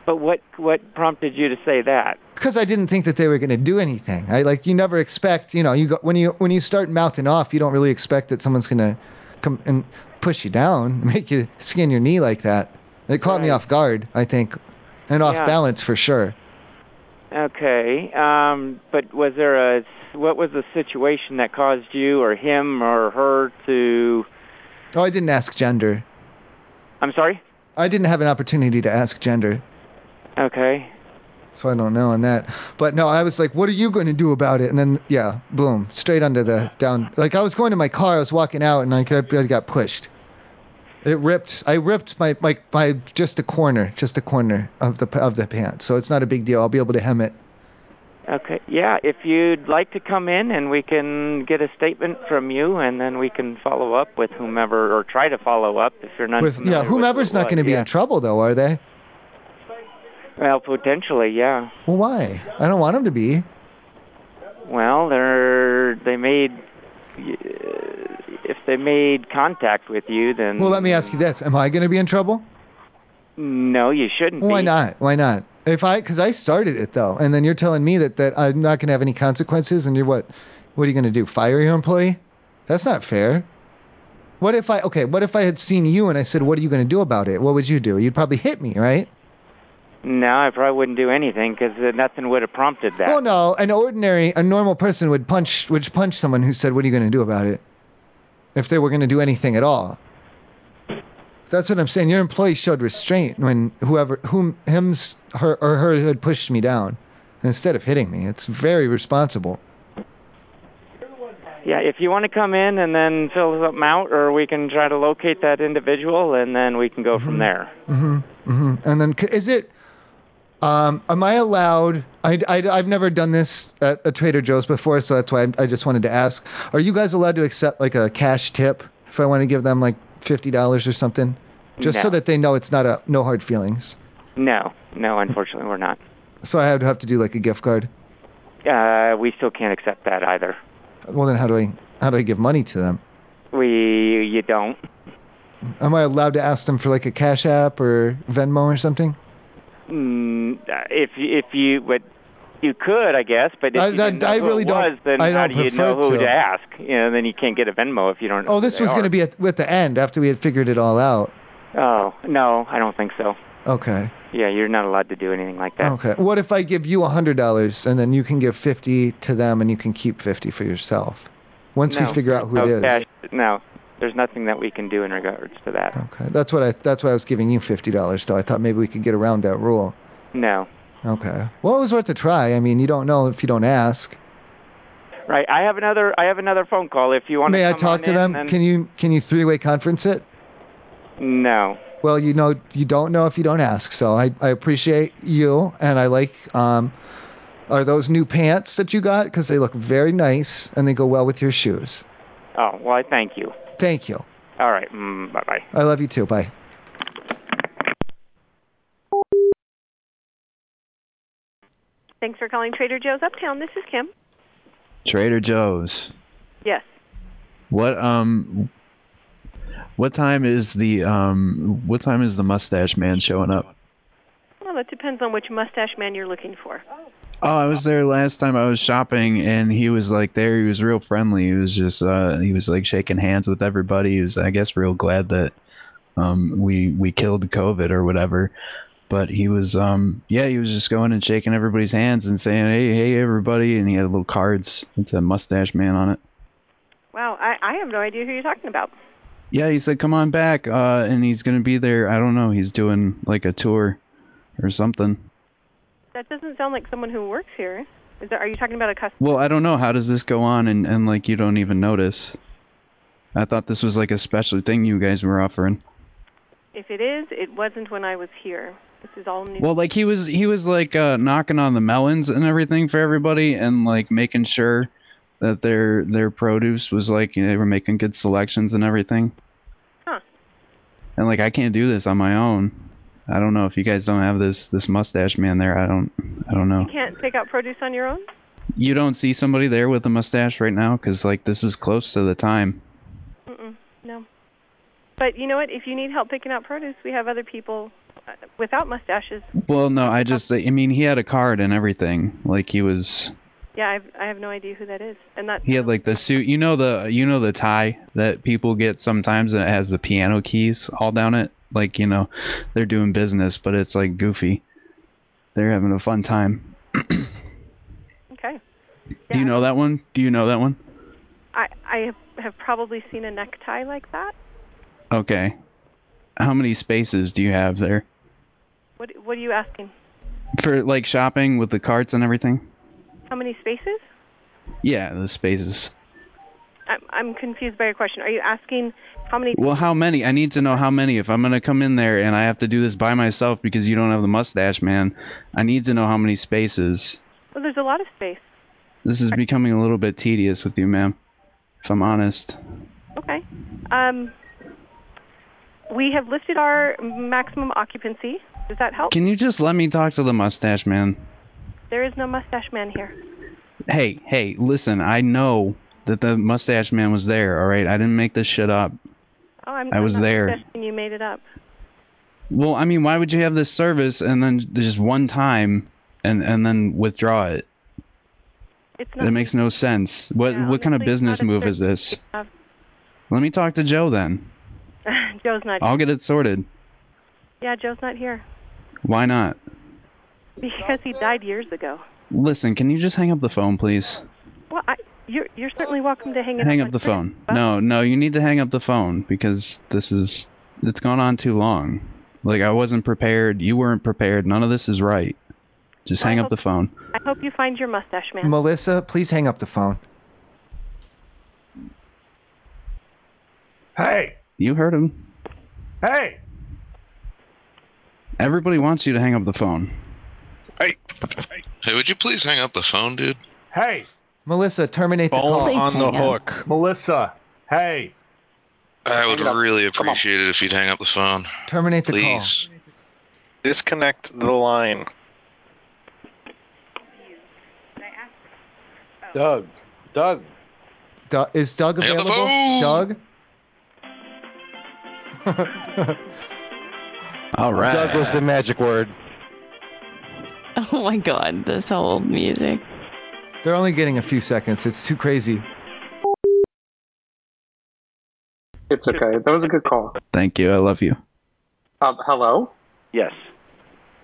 But what? What prompted you to say that? because I didn't think that they were going to do anything. I like you never expect, you know, you go, when you when you start mouthing off, you don't really expect that someone's going to come and push you down, make you skin your knee like that. It caught me off guard, I think, and off Yeah. balance for sure. Okay. Um. But was there a? What was the situation that caused you or him or her to? Oh, I didn't ask gender. I'm sorry. I didn't have an opportunity to ask gender. Okay. So I don't know on that. But no, I was like, what are you going to do about it? And then, yeah, boom, straight under the down. Like I was going to my car, I was walking out, and I got, I got pushed. It ripped. I ripped my, my my just a corner, just a corner of the of the pants. So it's not a big deal. I'll be able to hem it. Okay. Yeah. If you'd like to come in and we can get a statement from you, and then we can follow up with whomever or try to follow up if you're not. With familiar yeah, whomever's with what not going to be in trouble though, are they? was. Well, potentially, yeah. Well, why? I don't want them to be. Well, they're they made. If they made contact with you, then Well, let me ask you this: Am I going to be in trouble? no, you shouldn't Why be. not? Why not? If I, because I started it though, and then you're telling me that that I'm not gonna have any consequences, and you're what? What are you gonna do? Fire your employee? That's not fair. What if I? Okay, what if I had seen you and I said, "What are you gonna do about it?" What would you do? You'd probably hit me, right? No, I probably wouldn't do anything because nothing would have prompted that. Well, no, an ordinary, a normal person would punch, would punch someone who said, "What are you gonna do about it?" If they were gonna do anything at all. That's what I'm saying. Your employee showed restraint when whoever, whom, him's, her, or her had pushed me down instead of hitting me. It's very responsible. Yeah, if you want to come in and then fill something out, or we can try to locate that individual and then we can go from there. Mm-hmm. Mm-hmm. And then c- is it Um, am I allowed? I, I, I've never done this at a Trader Joe's before, so that's why I, I just wanted to ask. Are you guys allowed to accept like a cash tip if I want to give them like fifty dollars or something, just so No. that they know it's not a no hard feelings? No, no, unfortunately, we're not. So I would have to do like a gift card. Uh, we still can't accept that either. Well, then how do I how do I give money to them? We, you don't. Am I allowed to ask them for like a Cash App or Venmo or something? Mm, if if you but you could, I guess, but if I- you that- didn't know I who really it don't- was, then I how don't do you prefer know who to. to ask? You know, then you can't get a Venmo if you don't. know Oh, who this they was going are. to be at, at the end after we had figured it all out. Oh no, I don't think so. Okay. Yeah, you're not allowed to do anything like that. Okay. What if I give you a hundred dollars and then you can give fifty to them and you can keep fifty for yourself? Once we No, figure out who no it is. Cash, no, there's nothing that we can do in regards to that. Okay. That's what I. That's why I was giving you fifty dollars though. I thought maybe we could get around that rule. No. Okay. Well, it was worth a try. I mean, you don't know if you don't ask. Right. I have another. I have another phone call. If you want May to I come talk on to in, them? then- Can you can you three way conference it? No. Well, you know you don't know if you don't ask. So I, I appreciate you and I like um are those new pants that you got because they look very nice and they go well with your shoes. Oh well, I thank you. Thank you. All right. Mm, bye bye. I love you too. Bye. Thanks for calling Trader Joe's Uptown. This is Kim. Trader Joe's. Yes. What um what time is the um what time is the mustache man showing up? Well, that depends on which mustache man you're looking for. Oh, I was there last time I was shopping and he was like there, he was real friendly. He was just uh he was like shaking hands with everybody. He was I guess real glad that um we we killed COVID or whatever. But he was um yeah, he was just going and shaking everybody's hands and saying, Hey, hey everybody and he had little cards that said mustache man on it. Wow, I, I have no idea who you're talking about. Yeah, he said, "Come on back," uh, and he's gonna be there. I don't know. He's doing like a tour or something. That doesn't sound like someone who works here. Is that, are you talking about a customer? Well, I don't know. How does this go on and and like you don't even notice? I thought this was like a special thing you guys were offering. If it is, it wasn't when I was here. This is all new. Well, like he was he was like uh, knocking on the melons and everything for everybody, and like making sure that their their produce was like you know, they were making good selections and everything. Huh. And like I can't do this on my own. I don't know if you guys don't have this this mustache man there. I don't I don't know. You can't pick out produce on your own? You don't see somebody there with a mustache right now because like this is close to the time. Mm-mm, no. But you know what? If you need help picking out produce, we have other people uh, without mustaches. Well, no, I just I mean he had a card and everything. Like he was Yeah, I've, I have no idea who that is. And that he had like the suit. You know the you know the tie that people get sometimes that has the piano keys all down it. Like you know they're doing business, but it's like goofy. They're having a fun time. okay. Do you know that one? Do you know that one? I I have- have probably seen a necktie like that. Okay. How many spaces do you have there What What are you asking? for like shopping with the carts and everything? How many spaces? Yeah, the spaces. I'm I'm confused by your question. Are you asking how many? Well, how many? I need to know how many. If I'm gonna come in there and I have to do this by myself because you don't have the mustache, man, I need to know how many spaces. Well, there's a lot of space. This is becoming a little bit tedious with you, ma'am. If I'm honest. Okay. Um, we have lifted our maximum occupancy. Does that help? Can you just let me talk to the mustache man? There is no mustache man here. Hey, hey, listen. I know that the mustache man was there. All right, I didn't make this shit up. Oh, I'm. I I'm was not there. suggesting You made it up. Well, I mean, why would you have this service and then just one time and and then withdraw it? It's That makes no sense. What what kind of business move is this? Uh, Let me talk to Joe then. Joe's not. I'll get it sorted. Yeah, Joe's not here Why not? because he died years ago. Listen, can you just hang up the phone, please? Well, I, you're you're certainly welcome to hang it Hang up up the phone. No, no, you need to hang up the phone because this is it's gone on too long. Like I wasn't prepared, you weren't prepared. None of this is right. Just hang up the phone. I hope you find your mustache man. Melissa, please hang up the phone. Hey, You heard him. hey. Everybody wants you to hang up the phone. Hey, would you please hang up the phone, dude? Hey, Melissa, terminate the call. Phone on the hook. Melissa. Hey. I would really appreciate it if you'd hang up the phone. Terminate the Please. Disconnect the line. Doug. Doug. is Doug Hang up the available? Doug. All right. Doug was the magic word. Oh my god, this old music. They're only getting a few seconds. It's too crazy. It's okay. That was a good call. Thank you. I love you. Um, hello? Yes.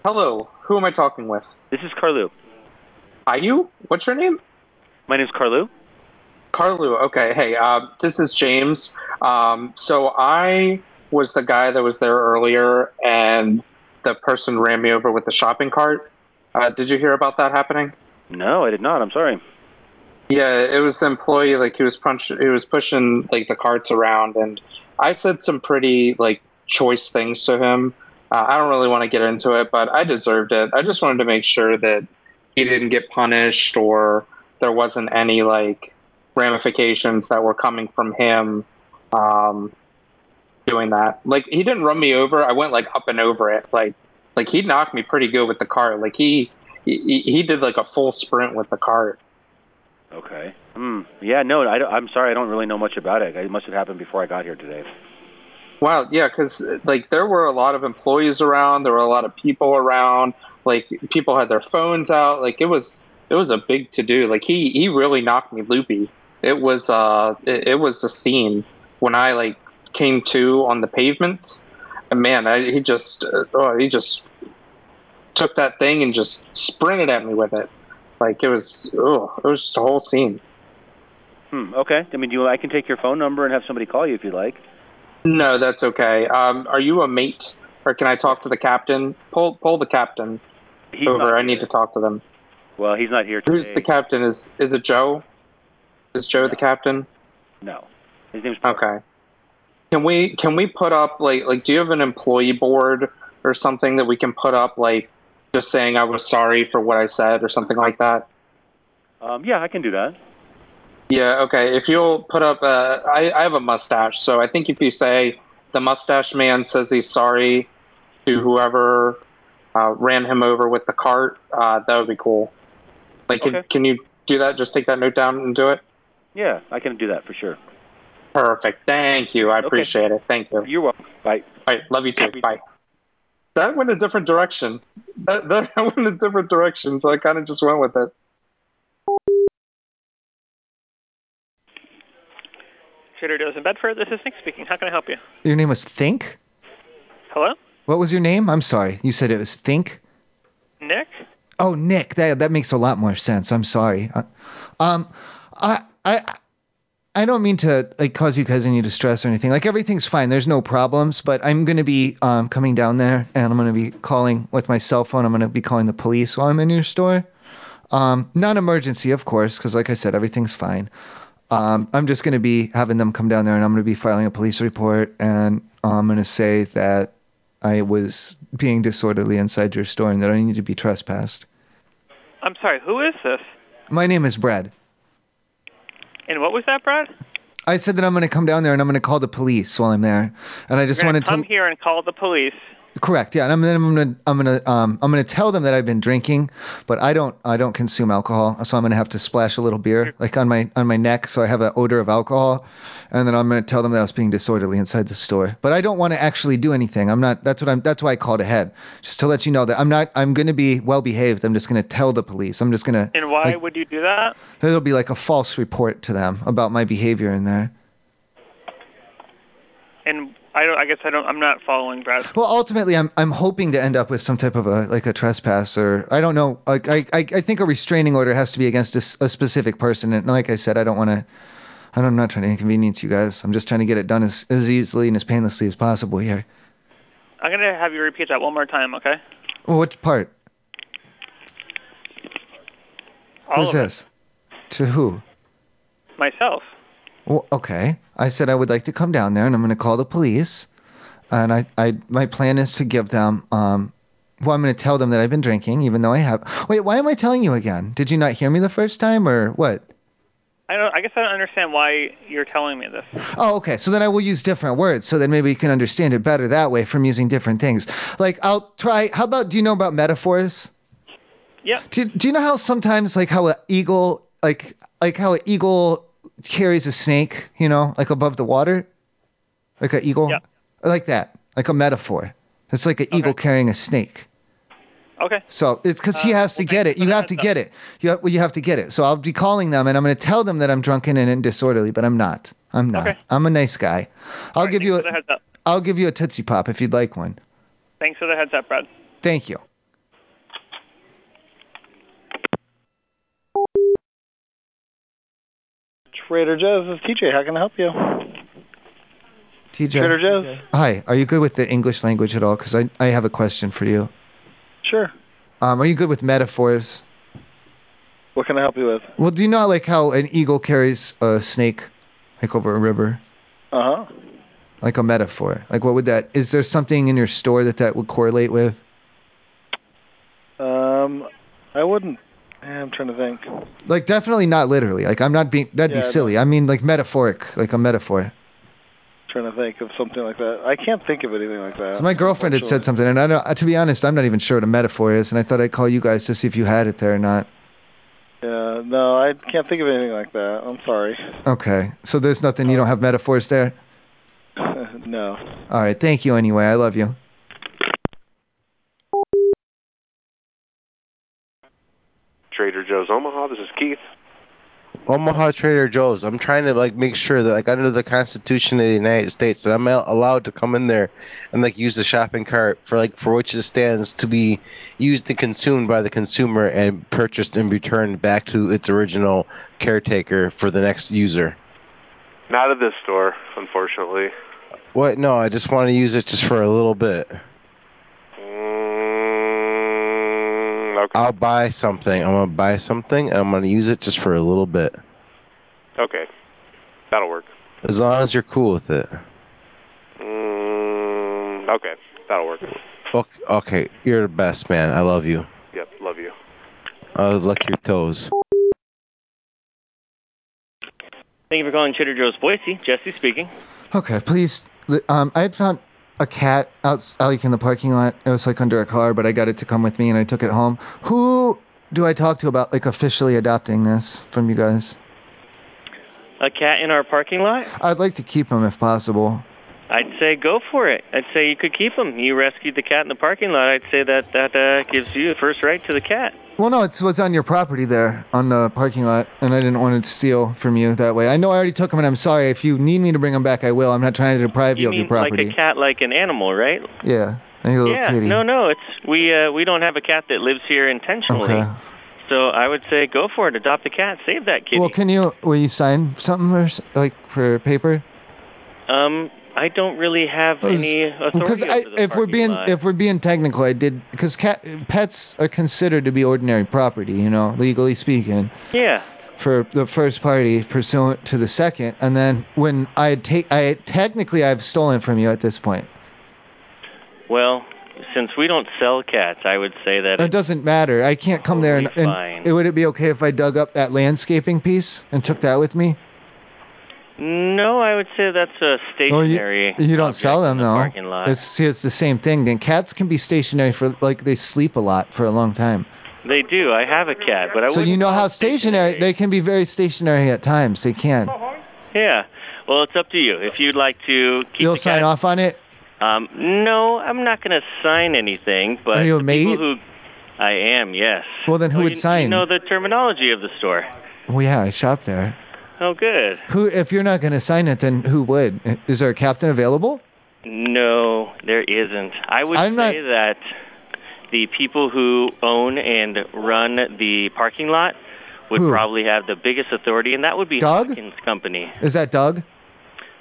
Hello. Who am I talking with? This is Carlu. Are you? What's your name? My name's Carlu. Carlu. Okay. Hey, uh, this is James. Um, so I was the guy that was there earlier, and the person ran me over with the shopping cart. Uh, did you hear about that happening? No, I did not. I'm sorry. Yeah, it was the employee. Like he was punch, he was pushing like the carts around, and I said some pretty like choice things to him. Uh, I don't really want to get into it, but I deserved it. I just wanted to make sure that he didn't get punished or there wasn't any like ramifications that were coming from him um, doing that. Like he didn't run me over. I went like up and over it. Like like he knocked me pretty good with the cart. Like he he, he did like a full sprint with the cart. Okay. Hmm. Yeah, no, I don't, I'm sorry. I don't really know much about it. It must have happened before I got here today. Wow, yeah, because like there were a lot of employees around, there were a lot of people around. Like people had their phones out. Like it was it was a big to do. Like he he really knocked me loopy. It was uh it, it was a scene when I like came to on the pavements. And man, I, he just uh, oh he just took that thing and just sprinted at me with it. Like it was oh it was just a whole scene. Hmm. Okay. I mean, do you, I can take your phone number and have somebody call you if you'd like. No, that's okay. Um, are you a mate, or can I talk to the captain? Pull, pull the captain over. I need to talk to them. Well, he's not here today. Who's the captain? Is is it Joe? Is Joe the captain? No. His name's Okay. Can we can we put up like like do you have an employee board or something that we can put up like just saying I was sorry for what I said or something like that? Um, yeah, I can do that. Yeah, okay. If you'll put up, uh, I, I have a mustache, so I think if you say the mustache man says he's sorry to whoever uh, ran him over with the cart, uh, that would be cool. Like, can, Okay. can you do that? Just take that note down and do it. Yeah, I can do that for sure. Perfect. Thank you. I Okay. appreciate it. Thank you. You're welcome. Bye. All right. Love you too. Bye. That went a different direction. That, that went a different direction, so I kind of just went with it. Trader Joe's in Bedford. This is Nick speaking. How can I help you? Your name was Think? Hello, What was your name? I'm sorry. You said it was Think? Nick. Oh, Nick. That that makes a lot more sense. I'm sorry. Uh, Um, I I I don't mean to like cause you guys any distress or anything. Like everything's fine. There's no problems. But I'm gonna be um coming down there and I'm gonna be calling with my cell phone. I'm gonna be calling the police while I'm in your store. Um, not emergency, of course, because like I said, everything's fine. Um, I'm just gonna be having them come down there and I'm gonna be filing a police report and um, I'm gonna say that I was being disorderly inside your store and that I need to be trespassed. I'm sorry. Who is this? My name is Brad. And what was that, Brad? I said that I'm going to come down there and I'm going to call the police while I'm there. And I just You're gonna wanted come to here and call the police. correct, yeah. And I'm, then I'm going to I'm going to um I'm going to tell them that I've been drinking, but I don't I don't consume alcohol, so I'm going to have to splash a little beer like on my on my neck so I have an odor of alcohol. And then I'm going to tell them that I was being disorderly inside the store. But I don't want to actually do anything. I'm not that's what I'm that's why I called ahead. Just to let you know that I'm not I'm going to be well behaved. I'm just going to tell the police. I'm just going to And why like, would you do that? It'll be like a false report to them about my behavior in there. And I don't. I guess I don't. I'm not following, Brad. Well, ultimately, I'm I'm hoping to end up with some type of a like a trespass or I don't know. Like I I, I think a restraining order has to be against a, s- a specific person. And like I said, I don't want to. I don't, I'm not trying to inconvenience you guys. I'm just trying to get it done as, as easily and as painlessly as possible here. I'm gonna have you repeat that one more time, okay? Well, which part? All Who's of it. this? To who? Myself. Well, okay. I said I would like to come down there and I'm going to call the police. And I, I, my plan is to give them um, who I'm going to tell them that I've been drinking, even though I have. Wait, why am I telling you again? Did you not hear me the first time, or what? I don't. I guess I don't understand why you're telling me this. Oh, okay. So then I will use different words, so then maybe you can understand it better that way from using different things. Like I'll try. How about? Do you know about metaphors? Yeah. Do Do you know how sometimes like how an eagle like like how an eagle carries a snake, you know, like above the water, like an eagle, Yeah. like that, like a metaphor. It's like an eagle carrying a snake. Okay. Uh, So it's because he has to get it. You have to get it. You have, well, you have to get it. So I'll be calling them and I'm going to tell them that I'm drunken and disorderly, but I'm not. I'm not. I'm a nice guy. I'll give you Thanks for the a heads up. I'll give you a tootsie pop if you'd like one. Thanks for the heads up, Brad. Thank you. Trader Joe's this is TJ. How can I help you? TJ. Trader Joe's. Hi. Are you good with the English language at all? Because I I have a question for you. Sure. Um, are you good with metaphors? What can I help you with? Well, do you know like how an eagle carries a snake, like over a river, Uh huh. like a metaphor? Like what would that? Is there something in your store that that would correlate with? Um, I wouldn't. eh, I'm trying to think. Like definitely not literally. Like I'm not being. That'd Yeah, be I silly. I mean like metaphoric, like a metaphor. trying to think of something like that. I can't think of anything like that. So my girlfriend had said something, and I don't. uh, To be honest, I'm not even sure what a metaphor is, and I thought I'd call you guys to see if you had it there or not. Yeah, no, I can't think of anything like that. I'm sorry. Okay. So there's nothing. You don't have metaphors there. no. All right. Thank you anyway. I love you. Trader Joe's Omaha. This is Keith. Omaha Trader Joe's. I'm trying to like make sure that like under the Constitution of the United States that I'm al- allowed to come in there and like use the shopping cart for like for which it stands to be used and consumed by the consumer and purchased and returned back to its original caretaker for the next user. Not at this store, unfortunately. What? No, I just want to use it just for a little bit. Mm, okay. I'll buy something. I'm gonna buy something and I'm gonna use it just for a little bit. Okay. That'll work. As long as you're cool with it. Mm, okay. That'll work. Okay, okay, you're the best man. I love you. Yep. Love you. I'll lick your toes. Thank you for calling Trader Joe's Boise. Jesse speaking. Okay, please. li- Um, I had found a cat out like in the parking lot. It was like under a car, but I got it to come with me, and I took it home. Who do I talk to about like officially adopting this from you guys? A cat in our parking lot? I'd like to keep him if possible. I'd say go for it. I'd say you could keep him. You rescued the cat in the parking lot. I'd say that that uh, gives you the first right to the cat. Well, no, it's what's on your property there on the parking lot, and I didn't want to steal from you that way. I know I already took him, and I'm sorry. If you need me to bring him back, I will. I'm not trying to deprive you, you of mean your property. like a cat, like an animal, right? yeah, like a little yeah. kitty. No, no. It's we uh, we don't have a cat that lives here intentionally. Okay. So I would say go for it. Adopt a cat. Save that kitty. Well, can you will you sign something or s- like for paper? um, I don't really have any authority Because over I, the if we're parking being lot. if we're being technical, I did because cat pets are considered to be ordinary property, you know, legally speaking. Yeah. For the first party pursuant to the second, and then when I take, I technically I've stolen from you at this point. Well, since we don't sell cats, I would say that It doesn't matter. I can't come there and, fine. and it, would it be okay if I dug up that landscaping piece and took that with me? No, I would say that's Oh, a stationary. You don't sell them though. parking lot. It's see, it's the same thing. Then cats can be stationary for like they sleep a lot for a long time. They do. I have a cat, but I so wouldn't. you know how stationary, they can be very stationary at times. They can. Yeah. Well, it's up to you. If you'd like to keep You'll the sign cat. off on it. Um, no, I'm not going to sign anything. But Are you a the people maid? who I am, yes. Well, then who would sign? You know the terminology of the store. Well, yeah, I shop there. Oh, good. Who, if you're not going to sign it, then who would? Is there a captain available? No, there isn't. I would say that the people who own and run the parking lot would Who? probably have the biggest authority, and that would be Doug? Hawkins Company. Is that Doug?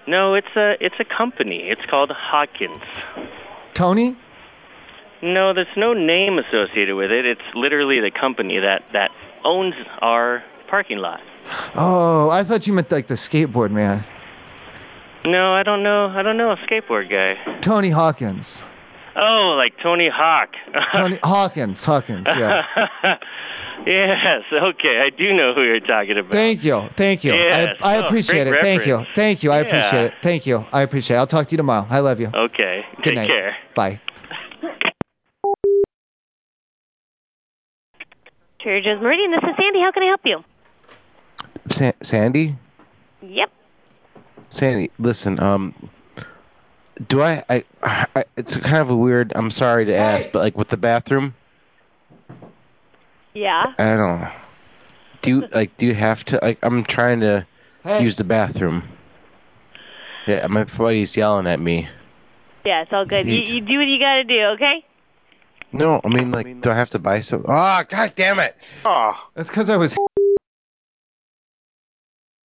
No, it's a it's a company. It's called Hawkins. Tony? No, there's no name associated with it. It's literally the company that that owns our parking lot. Oh, I thought you meant like the skateboard man, No, I don't know. I don't know a skateboard guy. Tony Hawkins. Oh, like Tony Hawk. Tony Hawkins, Hawkins, yeah. yes. Okay, I do know who you're talking about. Thank you, thank you. Yes, I, I no, appreciate it. great Thank you, reference. thank you. I Yeah. appreciate it. Thank you, I appreciate it. I'll talk to you tomorrow. I love you. Okay. Good Take night. care. Bye. Trader Joe's Meridian, this is Sandy. How can I help you? Sa- Sandy, Yep. Sandy, listen. Um, do I, I? I? It's kind of a weird. I'm sorry to ask, but like with the bathroom, Yeah. I don't. know. Do you like? Do you have to? Like, I'm trying to use the bathroom. Yeah, my buddy's yelling at me. Yeah, it's all good. You, you do what you got to do, okay? No, I mean like, do I have to buy some? Ah, god damn it! Oh. That's because I was.